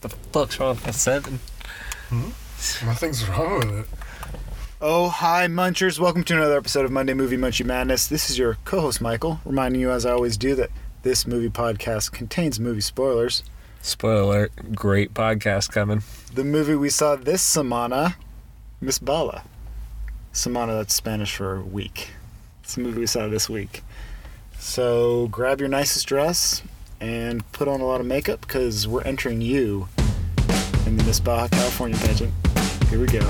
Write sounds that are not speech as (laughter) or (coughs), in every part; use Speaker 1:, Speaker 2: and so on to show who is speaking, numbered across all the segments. Speaker 1: The fuck's wrong with seven?
Speaker 2: Nothing's wrong with it.
Speaker 3: Oh, hi, Munchers. Welcome to another episode of Monday Movie Munchie Madness. This is your co host, Michael, reminding you, as I always do, that this movie podcast contains movie spoilers.
Speaker 1: Spoiler alert, great podcast coming.
Speaker 3: The movie we saw this semana, Miss Bala. Semana, that's Spanish for week. It's the movie we saw this week. So grab your nicest dress and put on a lot of makeup because we're entering you in the Miss Baja California pageant. Here we go.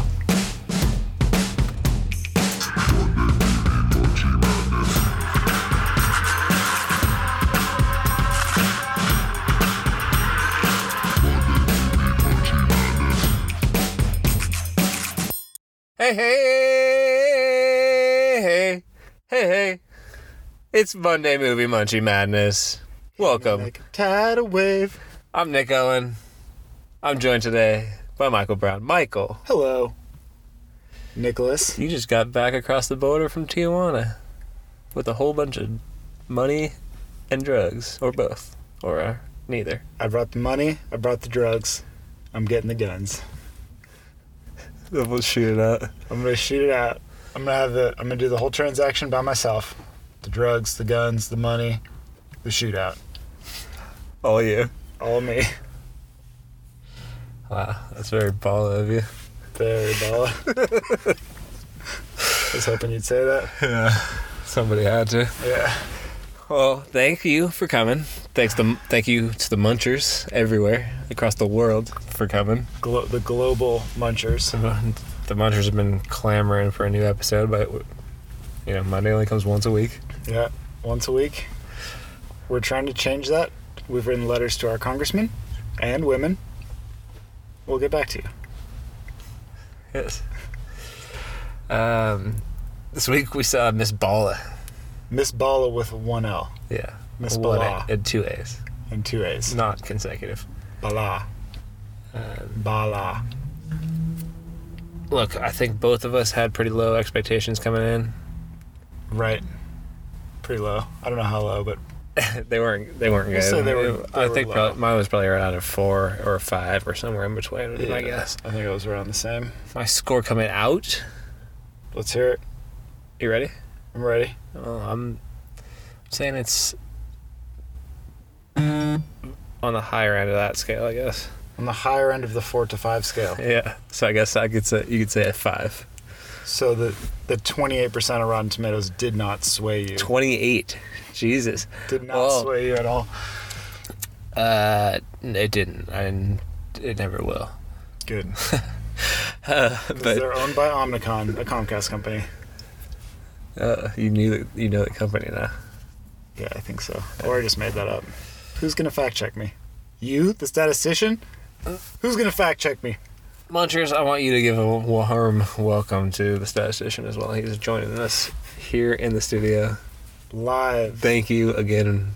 Speaker 1: Hey, hey, hey, hey, hey. It's Monday Movie Munchie Madness. Welcome.
Speaker 3: Like a tidal wave.
Speaker 1: I'm Nick Owen. I'm joined today by Michael Brown. Michael,
Speaker 3: Hello, Nicholas.
Speaker 1: you just got back across the border from Tijuana with a whole bunch of money and drugs, or both, or uh, neither.
Speaker 3: I brought the money. I brought the drugs. I'm getting the guns.
Speaker 1: We'll shoot it up.
Speaker 3: I'm gonna shoot it out. I'm gonna have the. I'm gonna do the whole transaction by myself. The drugs, the guns, the money, the shootout.
Speaker 1: All you.
Speaker 3: All me. (laughs)
Speaker 1: Wow, that's very baller of you.
Speaker 3: Very ball. (laughs) I was hoping you'd say that.
Speaker 1: Yeah, somebody had to.
Speaker 3: Yeah.
Speaker 1: Well, thank you for coming. Thanks to thank you to the munchers everywhere across the world for coming.
Speaker 3: Glo- the global munchers.
Speaker 1: The munchers have been clamoring for a new episode, but you know Monday only comes once a week.
Speaker 3: Yeah. Once a week. We're trying to change that. We've written letters to our congressmen and women. We'll get back to you.
Speaker 1: Yes. Um, this week we saw Miss Bala.
Speaker 3: Miss Bala with one L
Speaker 1: Yeah,
Speaker 3: Miss
Speaker 1: One
Speaker 3: Bala.
Speaker 1: A- and two A's,
Speaker 3: and two A's.
Speaker 1: not consecutive.
Speaker 3: Bala.
Speaker 1: Um,
Speaker 3: Bala.
Speaker 1: look, I think both of us had pretty low expectations coming in. (laughs)
Speaker 3: Right. Pretty low. I don't know how low, but
Speaker 1: they weren't. They weren't
Speaker 3: We'll
Speaker 1: good.
Speaker 3: say they were-
Speaker 1: I
Speaker 3: they were
Speaker 1: think
Speaker 3: low.
Speaker 1: prob- mine was probably right out of four or five or somewhere in between. would be my guess.
Speaker 3: I think it was around the same.
Speaker 1: My score coming out.
Speaker 3: Let's hear it.
Speaker 1: You ready?
Speaker 3: I'm ready.
Speaker 1: Well, I'm saying it's on the higher end of that scale, I guess.
Speaker 3: On the higher end of the four to five
Speaker 1: (laughs)
Speaker 3: scale.
Speaker 1: Yeah. So I guess I could say you could say a five.
Speaker 3: So the the 28% of Rotten Tomatoes did not sway you.
Speaker 1: Twenty-eight. Jesus.
Speaker 3: Did not
Speaker 1: Well,
Speaker 3: sway you at all.
Speaker 1: Uh, it didn't. I didn't. It never will.
Speaker 3: Good.
Speaker 1: Uh,
Speaker 3: Because
Speaker 1: (laughs) but
Speaker 3: they're owned by Omnicom, a Comcast company.
Speaker 1: uh, you knew that you know the company now.
Speaker 3: Yeah, I think so. Or I just made that up. Who's gonna fact check me? You, the statistician?
Speaker 1: Uh,
Speaker 3: Who's gonna fact check me?
Speaker 1: Munchers, I want you to give a warm welcome to the statistician as well. He's joining us here in the studio.
Speaker 3: Live.
Speaker 1: Thank you again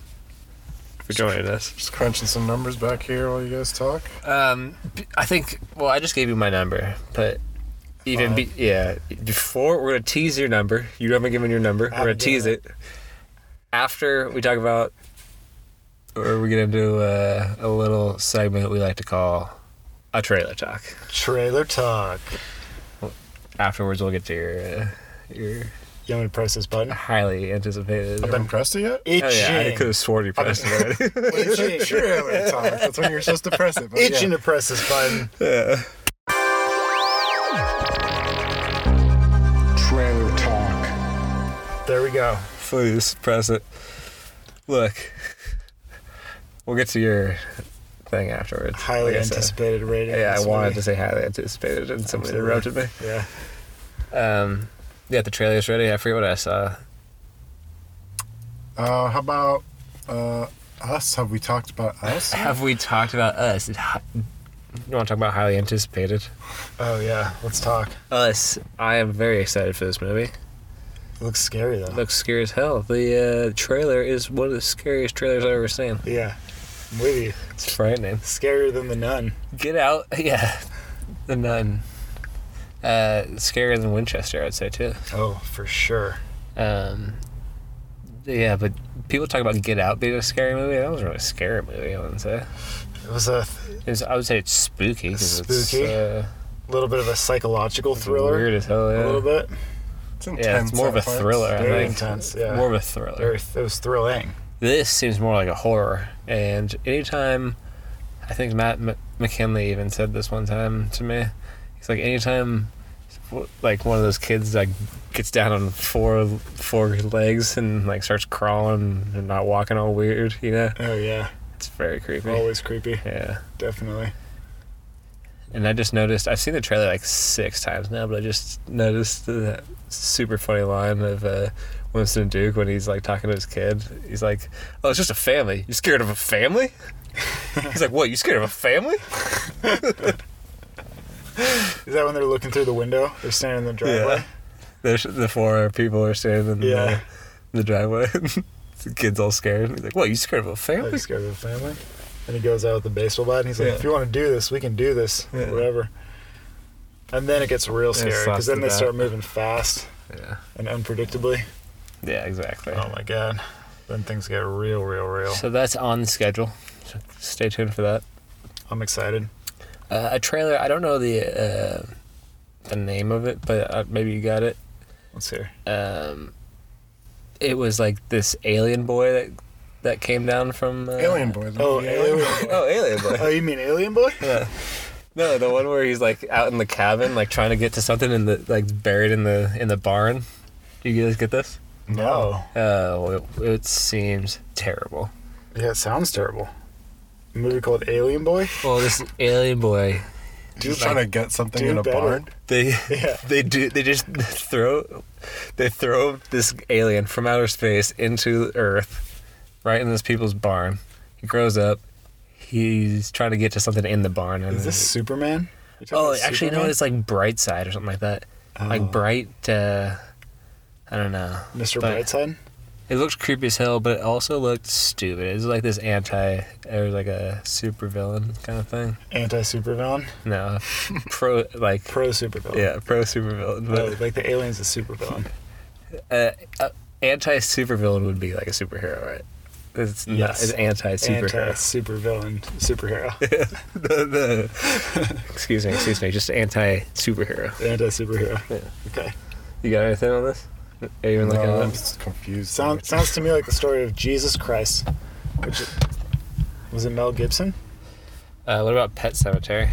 Speaker 1: for joining us.
Speaker 2: Just crunching some numbers back here while you guys talk.
Speaker 1: Um, b- I think. Well, I just gave you my number, but even be, yeah, before we're gonna tease your number. You haven't given your number.
Speaker 2: Uh,
Speaker 1: We're gonna
Speaker 3: haven't given
Speaker 1: tease
Speaker 3: it.
Speaker 1: it. After we talk about, or we get into uh, a little segment we like to call a trailer talk.
Speaker 3: Trailer talk.
Speaker 1: Afterwards, we'll get to your uh, your
Speaker 3: You want me to press this button?
Speaker 1: highly anticipated.
Speaker 2: I've been pressed it yet?
Speaker 3: Itching.
Speaker 1: Oh, yeah, I could have sworn you pressed it already. (laughs)
Speaker 2: (laughs)
Speaker 3: Itching.
Speaker 2: Trailer talk. That's when you're supposed to press it. But
Speaker 3: Itching
Speaker 2: yeah.
Speaker 3: to press this button.
Speaker 2: Trailer talk.
Speaker 3: There we go.
Speaker 1: Please press it. Look, we'll get to your thing afterwards.
Speaker 3: Highly
Speaker 1: Like I said.
Speaker 3: anticipated rating.
Speaker 1: Yeah, I
Speaker 3: This
Speaker 1: wanted
Speaker 3: movie.
Speaker 1: to say highly anticipated, and someone
Speaker 3: Absolutely.
Speaker 1: interrupted me.
Speaker 3: Yeah.
Speaker 1: Um, yeah, the trailer's ready. I forget what I saw.
Speaker 2: Uh, how about uh, us? Have we talked about us?
Speaker 1: Have we talked about us? It hi- You want to talk about highly anticipated?
Speaker 3: Oh yeah. Let's talk.
Speaker 1: Us. I am very excited for this movie.
Speaker 3: It looks scary though.
Speaker 1: Looks scary as hell. The uh, trailer is one of the scariest trailers I've ever seen.
Speaker 3: Yeah. I'm with you.
Speaker 1: It's frightening.
Speaker 3: Scarier than the nun.
Speaker 1: Get out. (laughs) Yeah. The nun. Uh, scarier than Winchester, I'd say, too.
Speaker 3: Oh, for sure.
Speaker 1: Um, yeah, but people talk about Get Out being a scary movie. That was a really scary movie, I wouldn't say.
Speaker 3: It was a
Speaker 1: It's, I would say it's spooky. 'cause it's,
Speaker 3: Spooky.
Speaker 1: uh,
Speaker 3: little bit of a psychological thriller.
Speaker 1: Weird as hell. Yeah.
Speaker 3: A little bit.
Speaker 2: It's intense.
Speaker 1: Yeah, it's more of a
Speaker 2: at parts.
Speaker 1: thriller.
Speaker 3: Very
Speaker 1: I think.
Speaker 3: intense, yeah.
Speaker 1: More of a thriller.
Speaker 3: Very, it was thrilling.
Speaker 1: This seems more like a horror. And anytime, I think Matt M- McKinley even said this one time to me. He's like, anytime, like one of those kids like gets down on four four legs and like starts crawling and not walking all weird, you know,
Speaker 3: Oh yeah,
Speaker 1: it's very creepy.
Speaker 3: always creepy.
Speaker 1: Yeah.
Speaker 3: Definitely.
Speaker 1: And I just noticed I've seen the trailer like six times now, but I just noticed that super funny line of uh, Winston Duke when he's like talking to his kid. He's like, "Oh, it's just a family. You scared of a
Speaker 3: (laughs)
Speaker 1: family?" he's like, "What? You scared of a family?"
Speaker 3: Is that when they're looking through the window? They're standing in the driveway.
Speaker 1: There's the four people are standing in
Speaker 3: Yeah.
Speaker 1: the, the driveway. (laughs) the kid's all scared. He's like, "What? You scared of a
Speaker 3: Are
Speaker 1: family?"
Speaker 3: you scared of the family? And he goes out with a baseball bat and he's like,
Speaker 1: Yeah.
Speaker 3: "If you want to do this, we can do this,
Speaker 1: Yeah.
Speaker 3: whatever." And then it gets
Speaker 1: Yeah,
Speaker 3: real
Speaker 1: it
Speaker 3: scary
Speaker 1: slaps
Speaker 3: because then
Speaker 1: the
Speaker 3: they
Speaker 1: bat.
Speaker 3: start moving fast
Speaker 1: Yeah.
Speaker 3: and unpredictably.
Speaker 1: Yeah. Exactly.
Speaker 3: Oh my god. Then things get real, real, real.
Speaker 1: So that's on the schedule. So stay tuned for that.
Speaker 3: I'm excited.
Speaker 1: Uh, a trailer. I don't know the uh, the name of it, but uh, maybe you got it.
Speaker 3: Let's hear.
Speaker 1: Um, it was like this alien boy that that came down from uh,
Speaker 2: Alien Boy. the
Speaker 3: Oh,
Speaker 2: movie
Speaker 3: Alien Boy.
Speaker 1: Oh, alien
Speaker 3: (laughs) oh,
Speaker 1: boy. (laughs)
Speaker 3: you mean Alien Boy?
Speaker 1: yeah. No, the one where he's like out in the cabin, like trying to get to something, in the like buried in the in the barn. Do you guys get this?
Speaker 3: No.
Speaker 1: Oh, it, it seems terrible.
Speaker 3: Yeah, it sounds terrible. A movie called Alien Boy.
Speaker 1: Well, this alien boy
Speaker 2: Just trying to get something
Speaker 3: do
Speaker 2: in a
Speaker 3: better.
Speaker 2: barn.
Speaker 1: they
Speaker 3: Yeah.
Speaker 1: (laughs) they do they just throw they throw this alien from outer space into earth right in this people's barn he grows up he's trying to get to something in the barn and
Speaker 3: Is this Superman? You talking
Speaker 1: oh
Speaker 3: about
Speaker 1: actually no
Speaker 3: Superman?
Speaker 1: it's like bright side or something like that
Speaker 3: Oh.
Speaker 1: like bright uh i don't know
Speaker 3: Mr.
Speaker 1: but-
Speaker 3: Brightside.
Speaker 1: it looked creepy as hell but it also looked stupid it was like this anti it was like a super villain kind of thing
Speaker 3: Anti-supervillain. (laughs)
Speaker 1: no pro like
Speaker 3: Pro-supervillain.
Speaker 1: yeah pro super villain but
Speaker 3: Oh, like the alien's a supervillain.
Speaker 1: uh, uh, anti supervillain would be like a superhero, right? It's not
Speaker 3: Yes.
Speaker 1: it's anti (laughs) superhero.
Speaker 3: Anti-supervillain uh,
Speaker 1: (laughs)
Speaker 3: superhero.
Speaker 1: excuse me, excuse me, just anti superhero.
Speaker 3: Anti-superhero.
Speaker 1: Yeah.
Speaker 3: Okay.
Speaker 1: You got anything on this? Are you even looking
Speaker 2: No,
Speaker 1: at
Speaker 2: I'm
Speaker 1: this?
Speaker 2: just confused.
Speaker 3: Sound, sounds to me like the story of Jesus Christ. Which was it Mel Gibson?
Speaker 1: Uh, what about Pet Cemetery?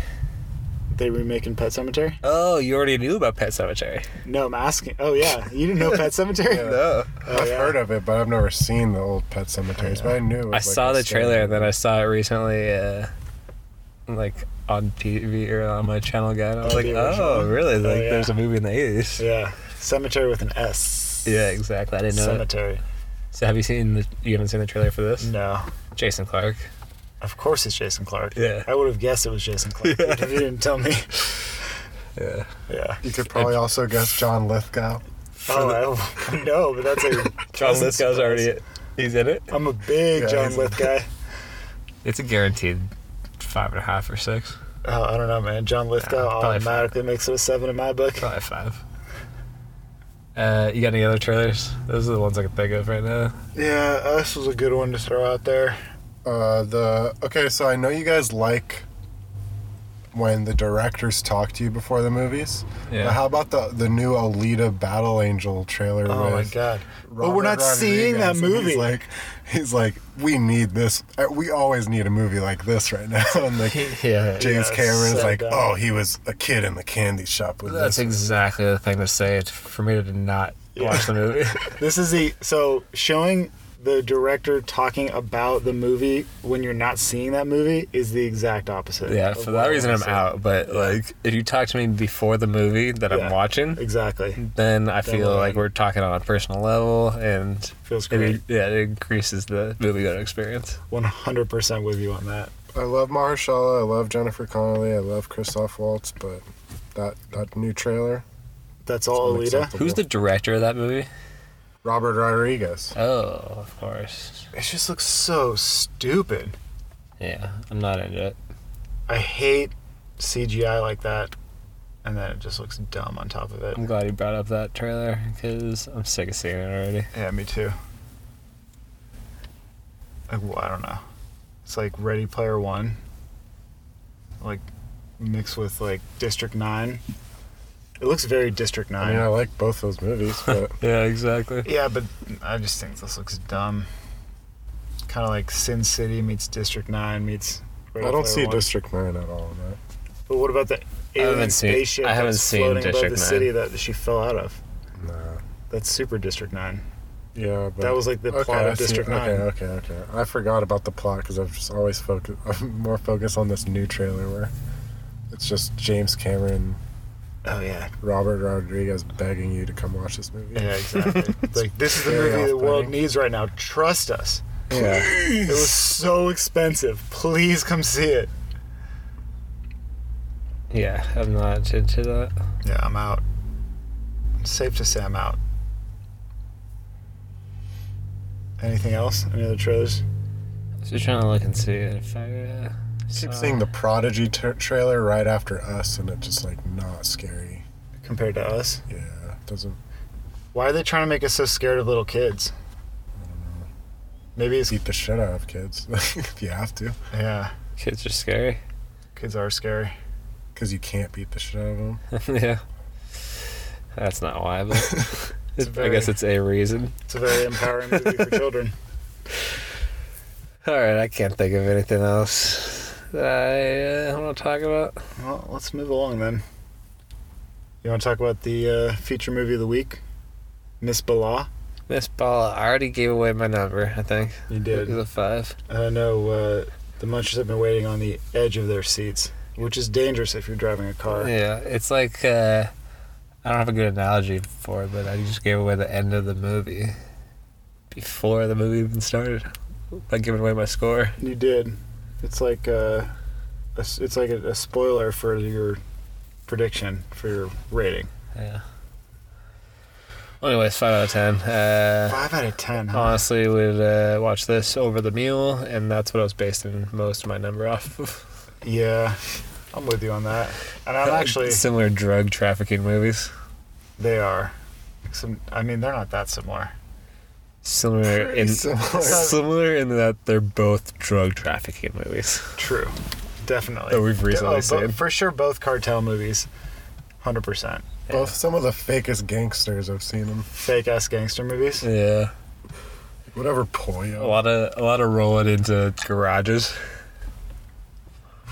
Speaker 3: They remaking Pet Cemetery?
Speaker 1: Oh, you already knew about Pet Cemetery.
Speaker 3: No, I'm asking. Oh yeah, you didn't know Pet
Speaker 1: (laughs)
Speaker 3: Cemetery?
Speaker 1: No.
Speaker 3: Oh,
Speaker 2: I've
Speaker 3: yeah.
Speaker 2: heard of it, but I've never seen the old Pet Cemeteries. But I knew. It was
Speaker 1: Oh, I
Speaker 2: like
Speaker 1: saw
Speaker 2: a
Speaker 1: the
Speaker 2: story.
Speaker 1: trailer and then I saw it recently, uh, like on TV or on my channel guide. I was
Speaker 3: Oh,
Speaker 1: like,
Speaker 3: the
Speaker 1: oh,
Speaker 3: original?
Speaker 1: really? Like,
Speaker 3: yeah.
Speaker 1: there's a movie in the 80s.
Speaker 3: Yeah, cemetery with an S.
Speaker 1: Yeah, exactly. I didn't know. That.
Speaker 3: Cemetery.
Speaker 1: So, have you seen the? You haven't seen the trailer for this?
Speaker 3: No.
Speaker 1: Jason Clark.
Speaker 3: Of course it's Jason Clark.
Speaker 1: Yeah.
Speaker 3: I would have guessed it was
Speaker 1: (laughs)
Speaker 3: Jason Clark if you didn't tell me.
Speaker 1: Yeah.
Speaker 3: Yeah.
Speaker 2: You could probably also guess John Lithgow.
Speaker 3: Oh, I, (laughs) no, but that's a
Speaker 1: John
Speaker 3: that's a
Speaker 1: Lithgow's
Speaker 3: surprise.
Speaker 1: already he's in it.
Speaker 3: I'm a big
Speaker 2: Yeah,
Speaker 3: John
Speaker 2: he's-
Speaker 3: Lith guy.
Speaker 1: It's a guaranteed five and a half or six.
Speaker 3: Oh, I don't know, man. John Lithgow
Speaker 1: Yeah, probably fine.
Speaker 3: automatically makes it a seven in my book.
Speaker 1: Probably five. Uh, you got any other trailers? Those are the ones I can think of right now.
Speaker 3: Yeah, this was a good one to throw out there.
Speaker 2: Uh, the okay, so I know you guys like when the directors talk to you before the movies.
Speaker 1: Yeah.
Speaker 2: But how about the the new Alita Battle Angel trailer?
Speaker 3: Oh my
Speaker 2: with
Speaker 3: god.
Speaker 2: Robert
Speaker 3: But we're not seeing that
Speaker 2: Rodriguez? And
Speaker 3: movie.
Speaker 2: He's like, he's like, we need this. Uh, We always need a movie like this right now. (laughs) And like
Speaker 1: Yeah.
Speaker 2: James
Speaker 3: Yeah,
Speaker 2: Cameron is
Speaker 3: so
Speaker 2: like,
Speaker 3: dumb.
Speaker 2: oh, he was a kid in the candy shop with
Speaker 1: That's
Speaker 2: this.
Speaker 1: exactly the thing to say t- for me to not
Speaker 3: Yeah.
Speaker 1: watch the (laughs) movie.
Speaker 3: This is the so showing the director talking about the movie when you're not seeing that movie is the exact opposite.
Speaker 1: yeah,
Speaker 3: of
Speaker 1: for
Speaker 3: what
Speaker 1: that
Speaker 3: I
Speaker 1: reason I'm
Speaker 3: wanna
Speaker 1: out. But like, if you talk to me before the movie that
Speaker 3: Yeah.
Speaker 1: I'm watching,
Speaker 3: see. Exactly.
Speaker 1: then I feel
Speaker 3: we're
Speaker 1: like
Speaker 3: in.
Speaker 1: we're talking on a personal level, and
Speaker 3: Feels great.
Speaker 1: it, yeah, it increases the movie going experience.
Speaker 3: 100% with you on that.
Speaker 2: I love Mahershala. I love Jennifer Connelly. I love Christoph Waltz. But that that new trailer,
Speaker 3: That's all
Speaker 2: It's
Speaker 3: Alita.
Speaker 2: unacceptable.
Speaker 1: Who's the director of that movie?
Speaker 2: Robert Rodriguez.
Speaker 1: Oh, of course.
Speaker 3: It just looks so stupid.
Speaker 1: Yeah, I'm not into it.
Speaker 3: I hate CGI like that. And then it just looks dumb on top of it.
Speaker 1: I'm glad you brought up that trailer because I'm sick of seeing it already.
Speaker 3: Yeah, me too. Like, well, I don't know. It's like Ready Player One, like mixed with like District Nine. It looks very District
Speaker 2: I
Speaker 3: Nine.
Speaker 2: mean, I like both those
Speaker 3: (laughs)
Speaker 2: movies, but
Speaker 1: Yeah, exactly.
Speaker 3: Yeah, but I just think this looks dumb. Kind of like Sin City meets District Nine meets. Red
Speaker 2: I don't
Speaker 3: Player
Speaker 2: see
Speaker 3: One.
Speaker 2: District Nine at all. in that.
Speaker 3: But what about the
Speaker 1: haven't
Speaker 3: alien
Speaker 1: seen-
Speaker 3: spaceship
Speaker 1: I haven't
Speaker 3: that's
Speaker 1: seen
Speaker 3: floating above the
Speaker 1: District Nine.
Speaker 3: city that she fell out of?
Speaker 2: Nah.
Speaker 3: That's Super District Nine.
Speaker 2: Yeah, but
Speaker 3: That was like the
Speaker 2: Okay,
Speaker 3: plot
Speaker 2: I
Speaker 3: of
Speaker 2: see-
Speaker 3: District Nine.
Speaker 2: Okay, okay, okay. I forgot about the plot because I've just always focused. (laughs) I'm more focused on this new trailer where it's just James Cameron,
Speaker 3: Oh yeah,
Speaker 2: Robert Rodriguez begging you to come watch this movie.
Speaker 3: yeah, exactly. like this is the
Speaker 2: Very
Speaker 3: movie the world
Speaker 2: off-putting.
Speaker 3: needs right now. Trust us.
Speaker 2: Yeah.
Speaker 3: It was so expensive. Please come see it.
Speaker 1: Yeah, I'm not into that.
Speaker 3: Yeah, I'm out. It's safe to say I'm out. Anything else? Any other trailers?
Speaker 1: I was just trying to look and see if I. Uh,
Speaker 2: (laughs)
Speaker 1: saw-
Speaker 2: Keep seeing the Prodigy tra- trailer right after us, and it's just like not scary.
Speaker 3: Compared to us?
Speaker 2: Yeah, it doesn't
Speaker 3: Why are they trying to make us so scared of little kids? Maybe it's
Speaker 2: beat the shit out of kids (laughs) if you have to,
Speaker 3: yeah.
Speaker 1: kids are scary. (laughs)
Speaker 3: Kids are scary.
Speaker 2: because you can't beat the shit out of them.
Speaker 1: yeah, that's not why,
Speaker 2: (laughs)
Speaker 1: but
Speaker 3: It's
Speaker 1: I guess
Speaker 3: very-
Speaker 1: it's a reason.
Speaker 3: It's a very empowering movie for children.
Speaker 1: All right, I can't think of anything else that I uh, want to talk about.
Speaker 3: Well, let's move along then. You want to talk about the uh, feature movie of the week, Miss Bala?
Speaker 1: Miss Bala, I already gave away my number. I think
Speaker 3: You
Speaker 1: it was a five.
Speaker 3: I know uh, the munchers have been waiting on the edge of their seats, which is dangerous if you're driving a car.
Speaker 1: Yeah, it's like uh, I don't have a good analogy for it, but I just gave away the end of the movie before the movie even started by giving away my score.
Speaker 3: You did. It's like uh, a, s- it's like a, a spoiler for your prediction for your rating.
Speaker 1: Yeah. Anyways, five out of ten. Uh,
Speaker 3: Five out of ten. Huh?
Speaker 1: honestly, would uh, watch this over the mule, and that's what I was basing most of my number off of.
Speaker 3: yeah, I'm with you on that. And
Speaker 1: uh,
Speaker 3: I'm actually
Speaker 1: (laughs) similar drug trafficking movies,
Speaker 3: they are. Some, I mean, they're not that similar.
Speaker 1: similar
Speaker 2: (laughs)
Speaker 1: in similar in that they're both drug trafficking movies.
Speaker 3: True. Definitely.
Speaker 1: That we've recently
Speaker 3: Oh, bo-
Speaker 1: seen.
Speaker 3: For sure, both cartel movies. 100%.
Speaker 2: Both some of the fakest gangsters I've seen them.
Speaker 3: Fake ass gangster movies.
Speaker 1: Yeah,
Speaker 2: Whatever
Speaker 1: a
Speaker 2: Pollo.
Speaker 3: Oh,
Speaker 1: lot of a lot of rolling into garages.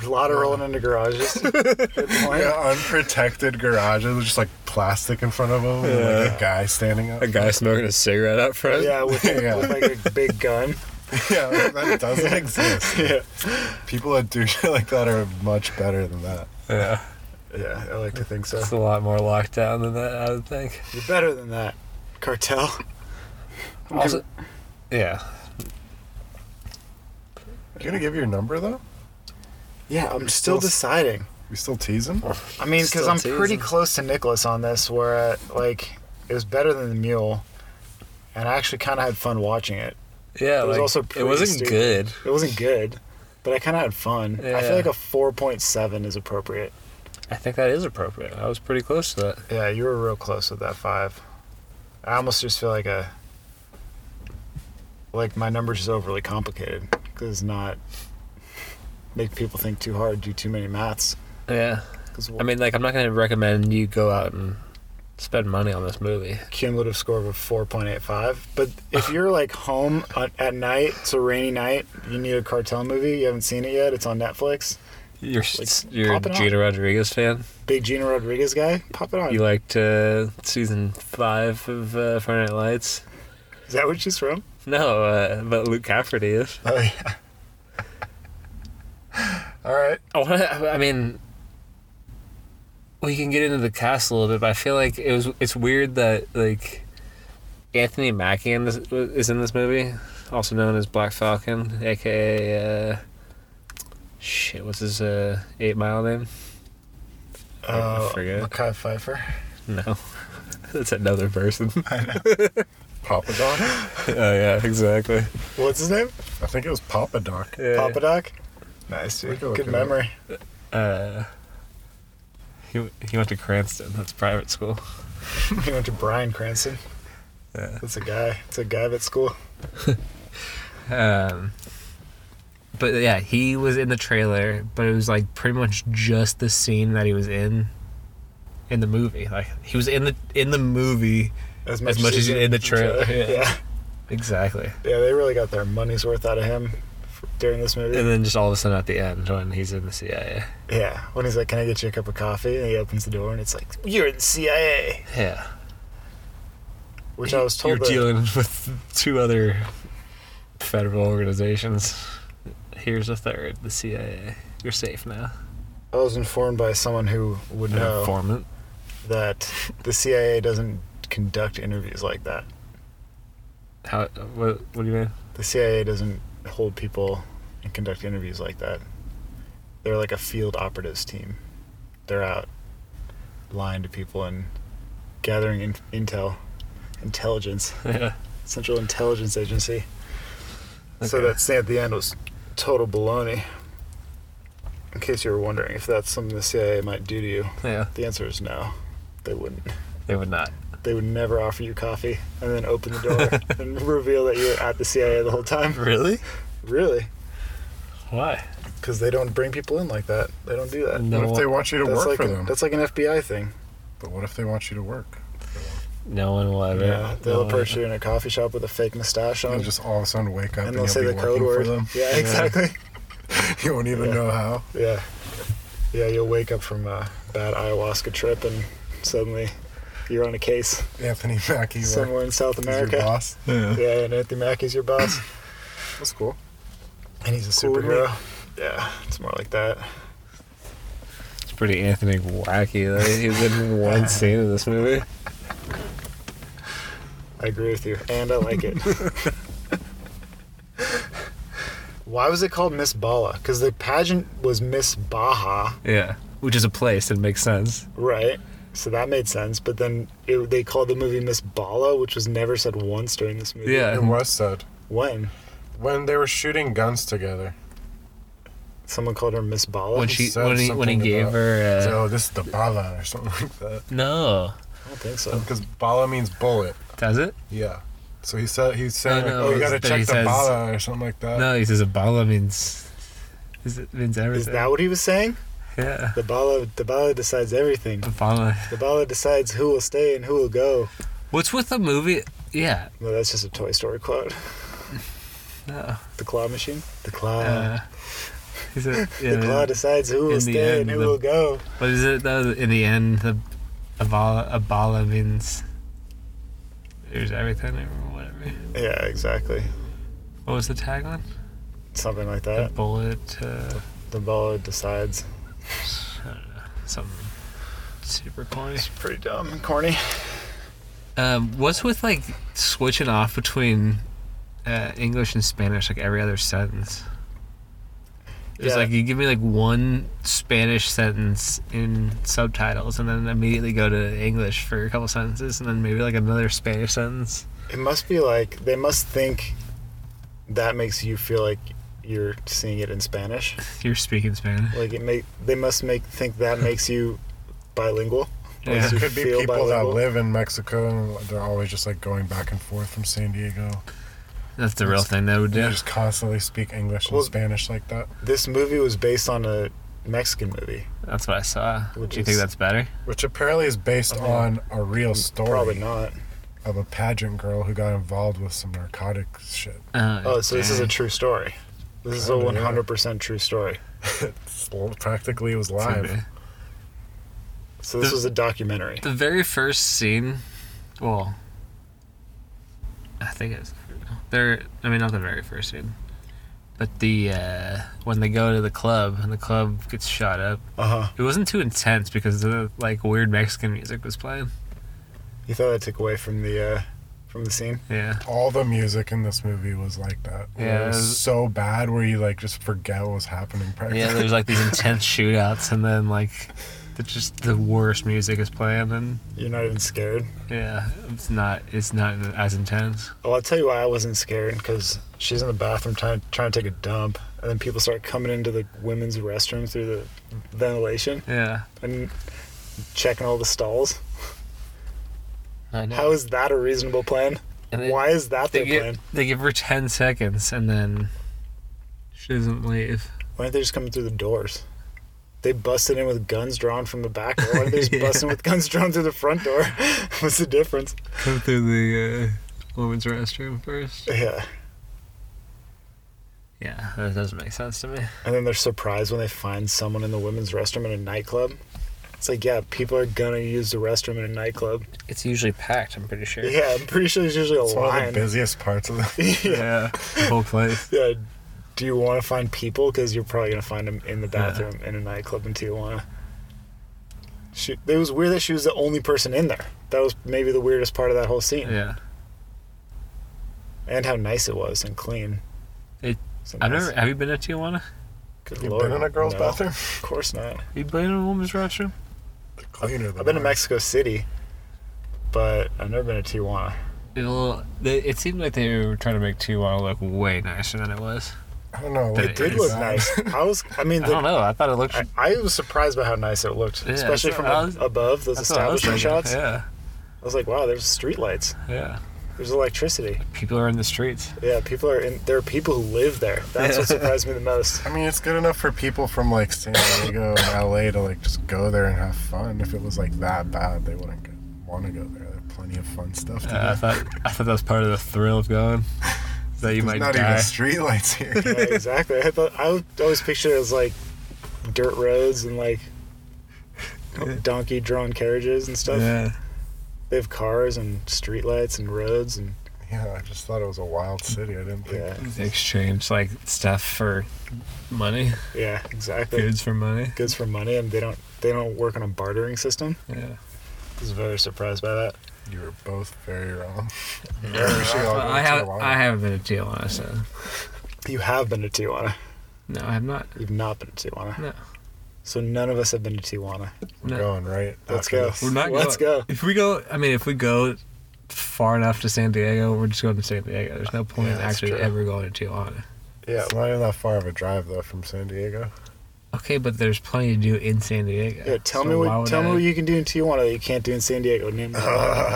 Speaker 3: A lot of rolling into garages.
Speaker 1: (laughs)
Speaker 3: Good point.
Speaker 2: Yeah, unprotected garages with just like plastic in front of them, and, like
Speaker 1: Yeah.
Speaker 2: a guy standing
Speaker 3: (laughs)
Speaker 2: up.
Speaker 1: A guy smoking a cigarette out front.
Speaker 3: Yeah, with,
Speaker 2: Yeah.
Speaker 3: with like a big gun.
Speaker 2: yeah, like, that doesn't exist.
Speaker 3: (laughs) Yeah.
Speaker 2: People that do (laughs) shit like that are much better than that.
Speaker 1: yeah,
Speaker 3: Yeah, I like to think so.
Speaker 1: it's a lot more locked down than that. I would think.
Speaker 3: You're better than that, cartel.
Speaker 1: Also, yeah,
Speaker 2: You gonna give your number though?
Speaker 3: Yeah, I'm still
Speaker 2: still-
Speaker 3: deciding.
Speaker 2: We still teasing?
Speaker 3: I mean, because
Speaker 1: Still
Speaker 3: I'm pretty
Speaker 1: teasing.
Speaker 3: close to Nicholas on this, where uh, like it was better than the mule, and I actually kind of had fun watching it.
Speaker 1: yeah.
Speaker 3: It was
Speaker 1: like,
Speaker 3: also
Speaker 1: it
Speaker 3: pretty
Speaker 1: wasn't
Speaker 3: stupid.
Speaker 1: good.
Speaker 3: It wasn't good, but I kind of had fun. I
Speaker 1: Yeah.
Speaker 3: feel like a 4.7 is appropriate.
Speaker 1: I think that is appropriate. I was pretty close to that.
Speaker 3: Yeah, you were real close with that five. I almost just feel like a like my number's just overly complicated because not make people think too hard, do too many maths.
Speaker 1: Yeah.
Speaker 3: Because
Speaker 1: I mean, like, I'm not going to recommend you go out and spend money on this movie.
Speaker 3: cumulative score of a 4.85. But if you're like home on, at night, it's a rainy night, you need a cartel movie, you haven't seen it yet, it's on Netflix.
Speaker 1: You're
Speaker 3: Like,
Speaker 1: you're a
Speaker 3: pop it on.
Speaker 1: Gina Rodriguez fan.
Speaker 3: Big Gina Rodriguez guy, pop it on.
Speaker 1: You liked uh, season five of uh, Friday Night Lights.
Speaker 3: Is that what she's from?
Speaker 1: No, uh, but Luke Cafferty is.
Speaker 3: Oh, yeah. All right.
Speaker 1: I want to. Oh, (laughs) I mean, we can get into the cast a little bit, but I feel like it was. It's weird that like Anthony Mackie in this, is in this movie, also known as Black Falcon, aka uh, shit. What's his uh, Eight Mile name?
Speaker 3: Uh,
Speaker 1: forget.
Speaker 3: Mackay Pfeiffer.
Speaker 1: No, (laughs) that's another person. (laughs)
Speaker 2: Papa Doc?
Speaker 1: oh yeah, exactly.
Speaker 3: What's his name?
Speaker 2: I think it was Papa Doc.
Speaker 3: Papa Doc. Nice,
Speaker 2: We
Speaker 3: dude.
Speaker 2: can look
Speaker 3: Good
Speaker 2: it
Speaker 3: memory.
Speaker 1: Uh, he he went to Cranston. That's private school.
Speaker 3: he went to Brian Cranston.
Speaker 1: Yeah.
Speaker 3: That's a guy. It's a guy at school.
Speaker 1: Um, But yeah, he was in the trailer, but it was like pretty much just the scene that he was in in the movie. Like he was in the in the movie. As much as
Speaker 3: he's
Speaker 1: in the trailer, yeah.
Speaker 3: yeah.
Speaker 1: Exactly.
Speaker 3: Yeah, they really got their money's worth out of him f- during this movie.
Speaker 1: And then just all of a sudden at the end when he's in the CIA.
Speaker 3: yeah, when he's like, "Can I get you a cup of coffee?" and he opens the door, and it's like, "You're in CIA,"
Speaker 1: Yeah.
Speaker 3: which I was
Speaker 1: You're
Speaker 3: told. that-
Speaker 1: dealing with two other federal organizations. Here's a third, the CIA. You're safe now.
Speaker 3: I was informed by someone who would
Speaker 1: An
Speaker 3: know
Speaker 1: Informant.
Speaker 3: that the CIA doesn't conduct interviews like that.
Speaker 1: How? What? What do you mean? (laughs)
Speaker 3: The CIA doesn't hold people and conduct interviews like that. They're like a field operatives team. They're out lying to people and gathering in- intel, intelligence,
Speaker 1: Yeah.
Speaker 3: Central Intelligence Agency. So
Speaker 1: Okay.
Speaker 3: that scene at the end was total baloney. In case you were wondering if that's something the CIA might do to you,
Speaker 1: Yeah.
Speaker 3: the answer is no. They wouldn't.
Speaker 1: They would not.
Speaker 3: They would never offer you coffee and then open the
Speaker 1: (laughs)
Speaker 3: door and reveal that you're at the CIA the whole time.
Speaker 1: Really?
Speaker 3: Really?
Speaker 1: Why?
Speaker 3: Because they don't bring people in like that. They don't do that.
Speaker 1: No.
Speaker 2: what if they want you to
Speaker 3: That's
Speaker 2: work
Speaker 3: like
Speaker 2: for
Speaker 3: a-
Speaker 2: them?
Speaker 3: That's like an FBI thing.
Speaker 2: But what if they want you to work?
Speaker 1: No one will ever.
Speaker 3: Yeah, they'll
Speaker 1: no one-
Speaker 3: approach you in a coffee shop with a fake mustache on,
Speaker 2: You'll just all of a sudden wake up
Speaker 3: and
Speaker 2: and,
Speaker 3: they'll
Speaker 2: you'll
Speaker 3: say
Speaker 2: be
Speaker 3: the
Speaker 2: working
Speaker 3: code
Speaker 2: for
Speaker 3: word.
Speaker 2: them.
Speaker 3: Yeah, exactly.
Speaker 2: (laughs) You won't even
Speaker 3: Yeah.
Speaker 2: know how.
Speaker 3: Yeah. Yeah, you'll wake up from a bad ayahuasca trip and suddenly you're on a case
Speaker 2: Anthony (laughs) Mackie worked
Speaker 3: somewhere in South
Speaker 2: as your
Speaker 3: America.
Speaker 2: boss.
Speaker 3: Yeah, and Anthony Mackie's
Speaker 2: (clears throat)
Speaker 3: your boss.
Speaker 2: That's cool.
Speaker 3: And he's a
Speaker 2: Cool with me.
Speaker 3: superhero. Yeah, it's more like that.
Speaker 1: It's pretty Anthony wacky. Like, he was (laughs) in one scene in this movie.
Speaker 3: I agree with you, and I
Speaker 2: (laughs)
Speaker 3: like it. Why was it called Miss Bala? Because the pageant was Miss Baja,
Speaker 1: Yeah. Which is a place that makes sense.
Speaker 3: right? So that made sense. But then it, they called the movie Miss Bala, which was never said once during this movie.
Speaker 1: Yeah.
Speaker 2: It was said
Speaker 3: When
Speaker 2: when they were shooting guns together.
Speaker 3: someone called her Miss Bala,
Speaker 1: When she,
Speaker 2: said
Speaker 1: when he, when he
Speaker 2: something
Speaker 1: gave
Speaker 2: about-
Speaker 1: her. Uh,
Speaker 2: So oh, this is the bala or something like that.
Speaker 1: no.
Speaker 3: I don't think so.
Speaker 2: Because bala means bullet.
Speaker 1: Does it?
Speaker 2: Yeah. So he said he's saying,
Speaker 1: Oh, no,
Speaker 2: "Oh, you
Speaker 1: it's
Speaker 2: gotta
Speaker 1: that
Speaker 2: check
Speaker 1: he
Speaker 2: the
Speaker 1: says-
Speaker 2: bala or something like that."
Speaker 1: No, he says a bala means. Is it means
Speaker 3: Is
Speaker 1: everything?
Speaker 3: that what he was saying?
Speaker 1: yeah.
Speaker 3: The Bala, the Bala decides everything.
Speaker 1: A bala.
Speaker 3: The Bala decides who will stay and who will go.
Speaker 1: What's with the movie? Yeah.
Speaker 3: No, that's just a Toy
Speaker 1: (laughs)
Speaker 3: Story quote.
Speaker 1: No.
Speaker 3: The claw machine. The claw.
Speaker 1: Uh, is (laughs) it? Yeah,
Speaker 3: the claw decides who
Speaker 1: in
Speaker 3: will
Speaker 1: the
Speaker 3: stay
Speaker 1: end,
Speaker 3: and who
Speaker 1: the-
Speaker 3: will go.
Speaker 1: What is it though? In the end, the a bala, a bala means there's everything or whatever.
Speaker 3: Yeah, exactly.
Speaker 1: What was the tagline?
Speaker 3: Something like
Speaker 1: The
Speaker 3: that.
Speaker 1: bullet, uh,
Speaker 3: The ball decides.
Speaker 1: something Uh, super corny.
Speaker 3: Pretty dumb and corny.
Speaker 1: Um, what's with like switching off between uh, English and Spanish like every other sentence? It's
Speaker 3: Yeah.
Speaker 1: like you give me like one Spanish sentence in subtitles, and then immediately go to English for a couple sentences, and then maybe like another Spanish sentence.
Speaker 3: It must be like they must think that makes you feel like you're seeing it in Spanish.
Speaker 1: You're speaking Spanish.
Speaker 3: Like it make they must make think that makes you bilingual.
Speaker 1: Yeah.
Speaker 2: There could be
Speaker 3: Feel
Speaker 2: people that
Speaker 3: bilingual.
Speaker 2: live in Mexico and they're always just like going back and forth from San Diego.
Speaker 1: (laughs) That's the real thing that would
Speaker 2: They
Speaker 1: do.
Speaker 2: just constantly speak English and
Speaker 3: Well-
Speaker 2: Spanish like that.
Speaker 3: This movie was based on a Mexican movie.
Speaker 1: That's what I saw.
Speaker 3: Which
Speaker 1: do you think
Speaker 3: is-
Speaker 1: that's better?
Speaker 2: Which apparently is based
Speaker 3: Oh,
Speaker 2: on
Speaker 3: man.
Speaker 2: a real story
Speaker 3: Probably not.
Speaker 2: of a pageant girl who got involved with some narcotic shit.
Speaker 1: Uh,
Speaker 3: Oh, so this is a true story. This is a
Speaker 2: Kinda, yeah.
Speaker 3: 100% true story.
Speaker 2: It's l- practically it was live.
Speaker 3: So this was a documentary.
Speaker 1: The very first scene, well, I think it's there. I mean, not the very first scene, but the uh, when they go to the club and the club gets shot up.
Speaker 3: Uh huh.
Speaker 1: It wasn't too intense because the like weird Mexican music was playing.
Speaker 3: You thought that took away from the uh, from the scene?
Speaker 1: Yeah,
Speaker 2: All the music in this movie was like that.
Speaker 1: Yeah,
Speaker 2: it
Speaker 1: it
Speaker 2: was
Speaker 1: was-
Speaker 2: so bad where you like just forget what was happening. Practically.
Speaker 1: yeah. There's like these intense shootouts, and then like, the, just the worst music is playing, and
Speaker 3: You're not even scared.
Speaker 1: yeah, it's not it's not as intense.
Speaker 3: Well, I'll tell you why I wasn't scared because she's in the bathroom trying trying to take a dump, and then people start coming into the women's restroom through the ventilation
Speaker 1: Yeah,
Speaker 3: and checking all the stalls.
Speaker 1: I know.
Speaker 3: How is that a reasonable plan?
Speaker 1: And they-
Speaker 3: why is that
Speaker 1: they
Speaker 3: their
Speaker 1: give,
Speaker 3: plan?
Speaker 1: they give her 10 seconds and then She doesn't leave.
Speaker 3: Why aren't they just coming through the doors? They busted in with guns drawn from the back. door. Why are
Speaker 1: (laughs)
Speaker 3: they just
Speaker 1: Yeah.
Speaker 3: busting with guns drawn through the front door? (laughs) What's the difference?
Speaker 1: Come through the uh, women's restroom first.
Speaker 3: Yeah.
Speaker 1: Yeah, that doesn't make sense to me.
Speaker 3: And then they're surprised when they find someone in the women's restroom in a nightclub. It's like, yeah, people are gonna use the restroom in a nightclub.
Speaker 1: It's usually packed. I'm pretty sure.
Speaker 3: (laughs) Yeah, I'm pretty sure there's usually
Speaker 2: (laughs)
Speaker 3: a
Speaker 2: It's one
Speaker 3: line. (laughs)
Speaker 2: of the busiest parts of the.
Speaker 1: yeah. The whole place.
Speaker 3: yeah. Do you want to find people? Because you're probably gonna find them in the bathroom in a nightclub in Tijuana. She, it was weird that she was the only person in there. That was maybe the weirdest part of that whole scene.
Speaker 1: (laughs) Yeah.
Speaker 3: And how nice it was and clean.
Speaker 1: It-
Speaker 3: It's a
Speaker 1: I've
Speaker 3: nice-
Speaker 1: never. Have you been to Tijuana?
Speaker 3: Good
Speaker 2: You (laughs)
Speaker 3: lord,
Speaker 2: been in a girl's
Speaker 3: no. (laughs)
Speaker 2: bathroom?
Speaker 3: Of course not.
Speaker 1: Have you been in a women's restroom?
Speaker 2: They're cleaner than
Speaker 3: I've been to
Speaker 2: ours.
Speaker 3: Mexico City, but I've never been to Tijuana.
Speaker 1: It'll, they, it seemed like they were trying to make Tijuana look way nicer than it was.
Speaker 2: I don't know.
Speaker 1: It
Speaker 2: what
Speaker 3: It did
Speaker 2: they
Speaker 1: It's-
Speaker 3: look
Speaker 2: found.
Speaker 3: nice. I was, I
Speaker 1: (laughs)
Speaker 3: mean,
Speaker 1: I
Speaker 3: the,
Speaker 1: don't know. I thought it looked.
Speaker 3: I, I was surprised by how nice it looked,
Speaker 1: Yeah,
Speaker 3: especially
Speaker 1: so
Speaker 3: from
Speaker 1: I
Speaker 3: ab-
Speaker 1: was-
Speaker 3: above those
Speaker 1: that's what I was
Speaker 3: establishment
Speaker 1: thinking.
Speaker 3: shots.
Speaker 1: Yeah.
Speaker 3: I was like, wow, there's streetlights.
Speaker 1: Yeah.
Speaker 3: There's electricity.
Speaker 1: People are in the streets.
Speaker 3: Yeah, people are in. There are people who live there. That's what surprised me the
Speaker 1: (laughs)
Speaker 2: (laughs)
Speaker 3: most.
Speaker 2: I mean, it's good enough for people from like San Diego and LA to like just go there and have fun. If it was like that bad, they wouldn't go, want to go there. There's plenty of fun stuff to
Speaker 1: Yeah, Uh, I
Speaker 2: do.
Speaker 1: thought I thought that was part of the thrill of
Speaker 3: (laughs)
Speaker 1: going. That you
Speaker 2: There's
Speaker 1: might
Speaker 2: not
Speaker 1: die.
Speaker 2: even streetlights here. (laughs)
Speaker 3: Yeah, (laughs) exactly. I thought I would always picture it as like dirt roads and like donkey drawn carriages and stuff.
Speaker 1: Yeah.
Speaker 3: They have cars and streetlights and roads and
Speaker 2: yeah, I just thought it was a wild city. I didn't think.
Speaker 3: yeah,
Speaker 1: They exchange like stuff for money,
Speaker 3: yeah, exactly.
Speaker 1: goods for money.
Speaker 3: Goods for money, and they don't they don't work on a bartering system.
Speaker 1: Yeah.
Speaker 3: I was very surprised by that.
Speaker 2: You were both very wrong. We should all
Speaker 1: Well,
Speaker 2: go
Speaker 1: I
Speaker 2: to
Speaker 1: have
Speaker 2: Tijuana.
Speaker 1: I haven't been to Tijuana, so
Speaker 3: You have been to Tijuana.
Speaker 1: no, I have not.
Speaker 3: You've not been to Tijuana.
Speaker 1: No.
Speaker 3: So none of us have been to Tijuana.
Speaker 2: We're
Speaker 1: No.
Speaker 2: going right.
Speaker 3: Let's
Speaker 2: after
Speaker 3: go.
Speaker 2: this.
Speaker 1: We're not.
Speaker 3: Let's
Speaker 1: going-
Speaker 3: go.
Speaker 1: If we go, I mean, if we go far enough to San Diego, we're just going to San Diego. There's no point
Speaker 2: Yeah,
Speaker 1: in
Speaker 2: that's
Speaker 1: actually
Speaker 2: true.
Speaker 1: ever going to Tijuana.
Speaker 2: Yeah, it's not even that far of a drive though from San Diego.
Speaker 1: Okay, but there's plenty to do in San Diego.
Speaker 3: Yeah, tell
Speaker 1: So
Speaker 3: me
Speaker 1: why
Speaker 3: what
Speaker 1: would
Speaker 3: tell me
Speaker 1: I-
Speaker 3: what you can do in Tijuana that you can't do in San
Speaker 2: (laughs)
Speaker 3: Diego. Name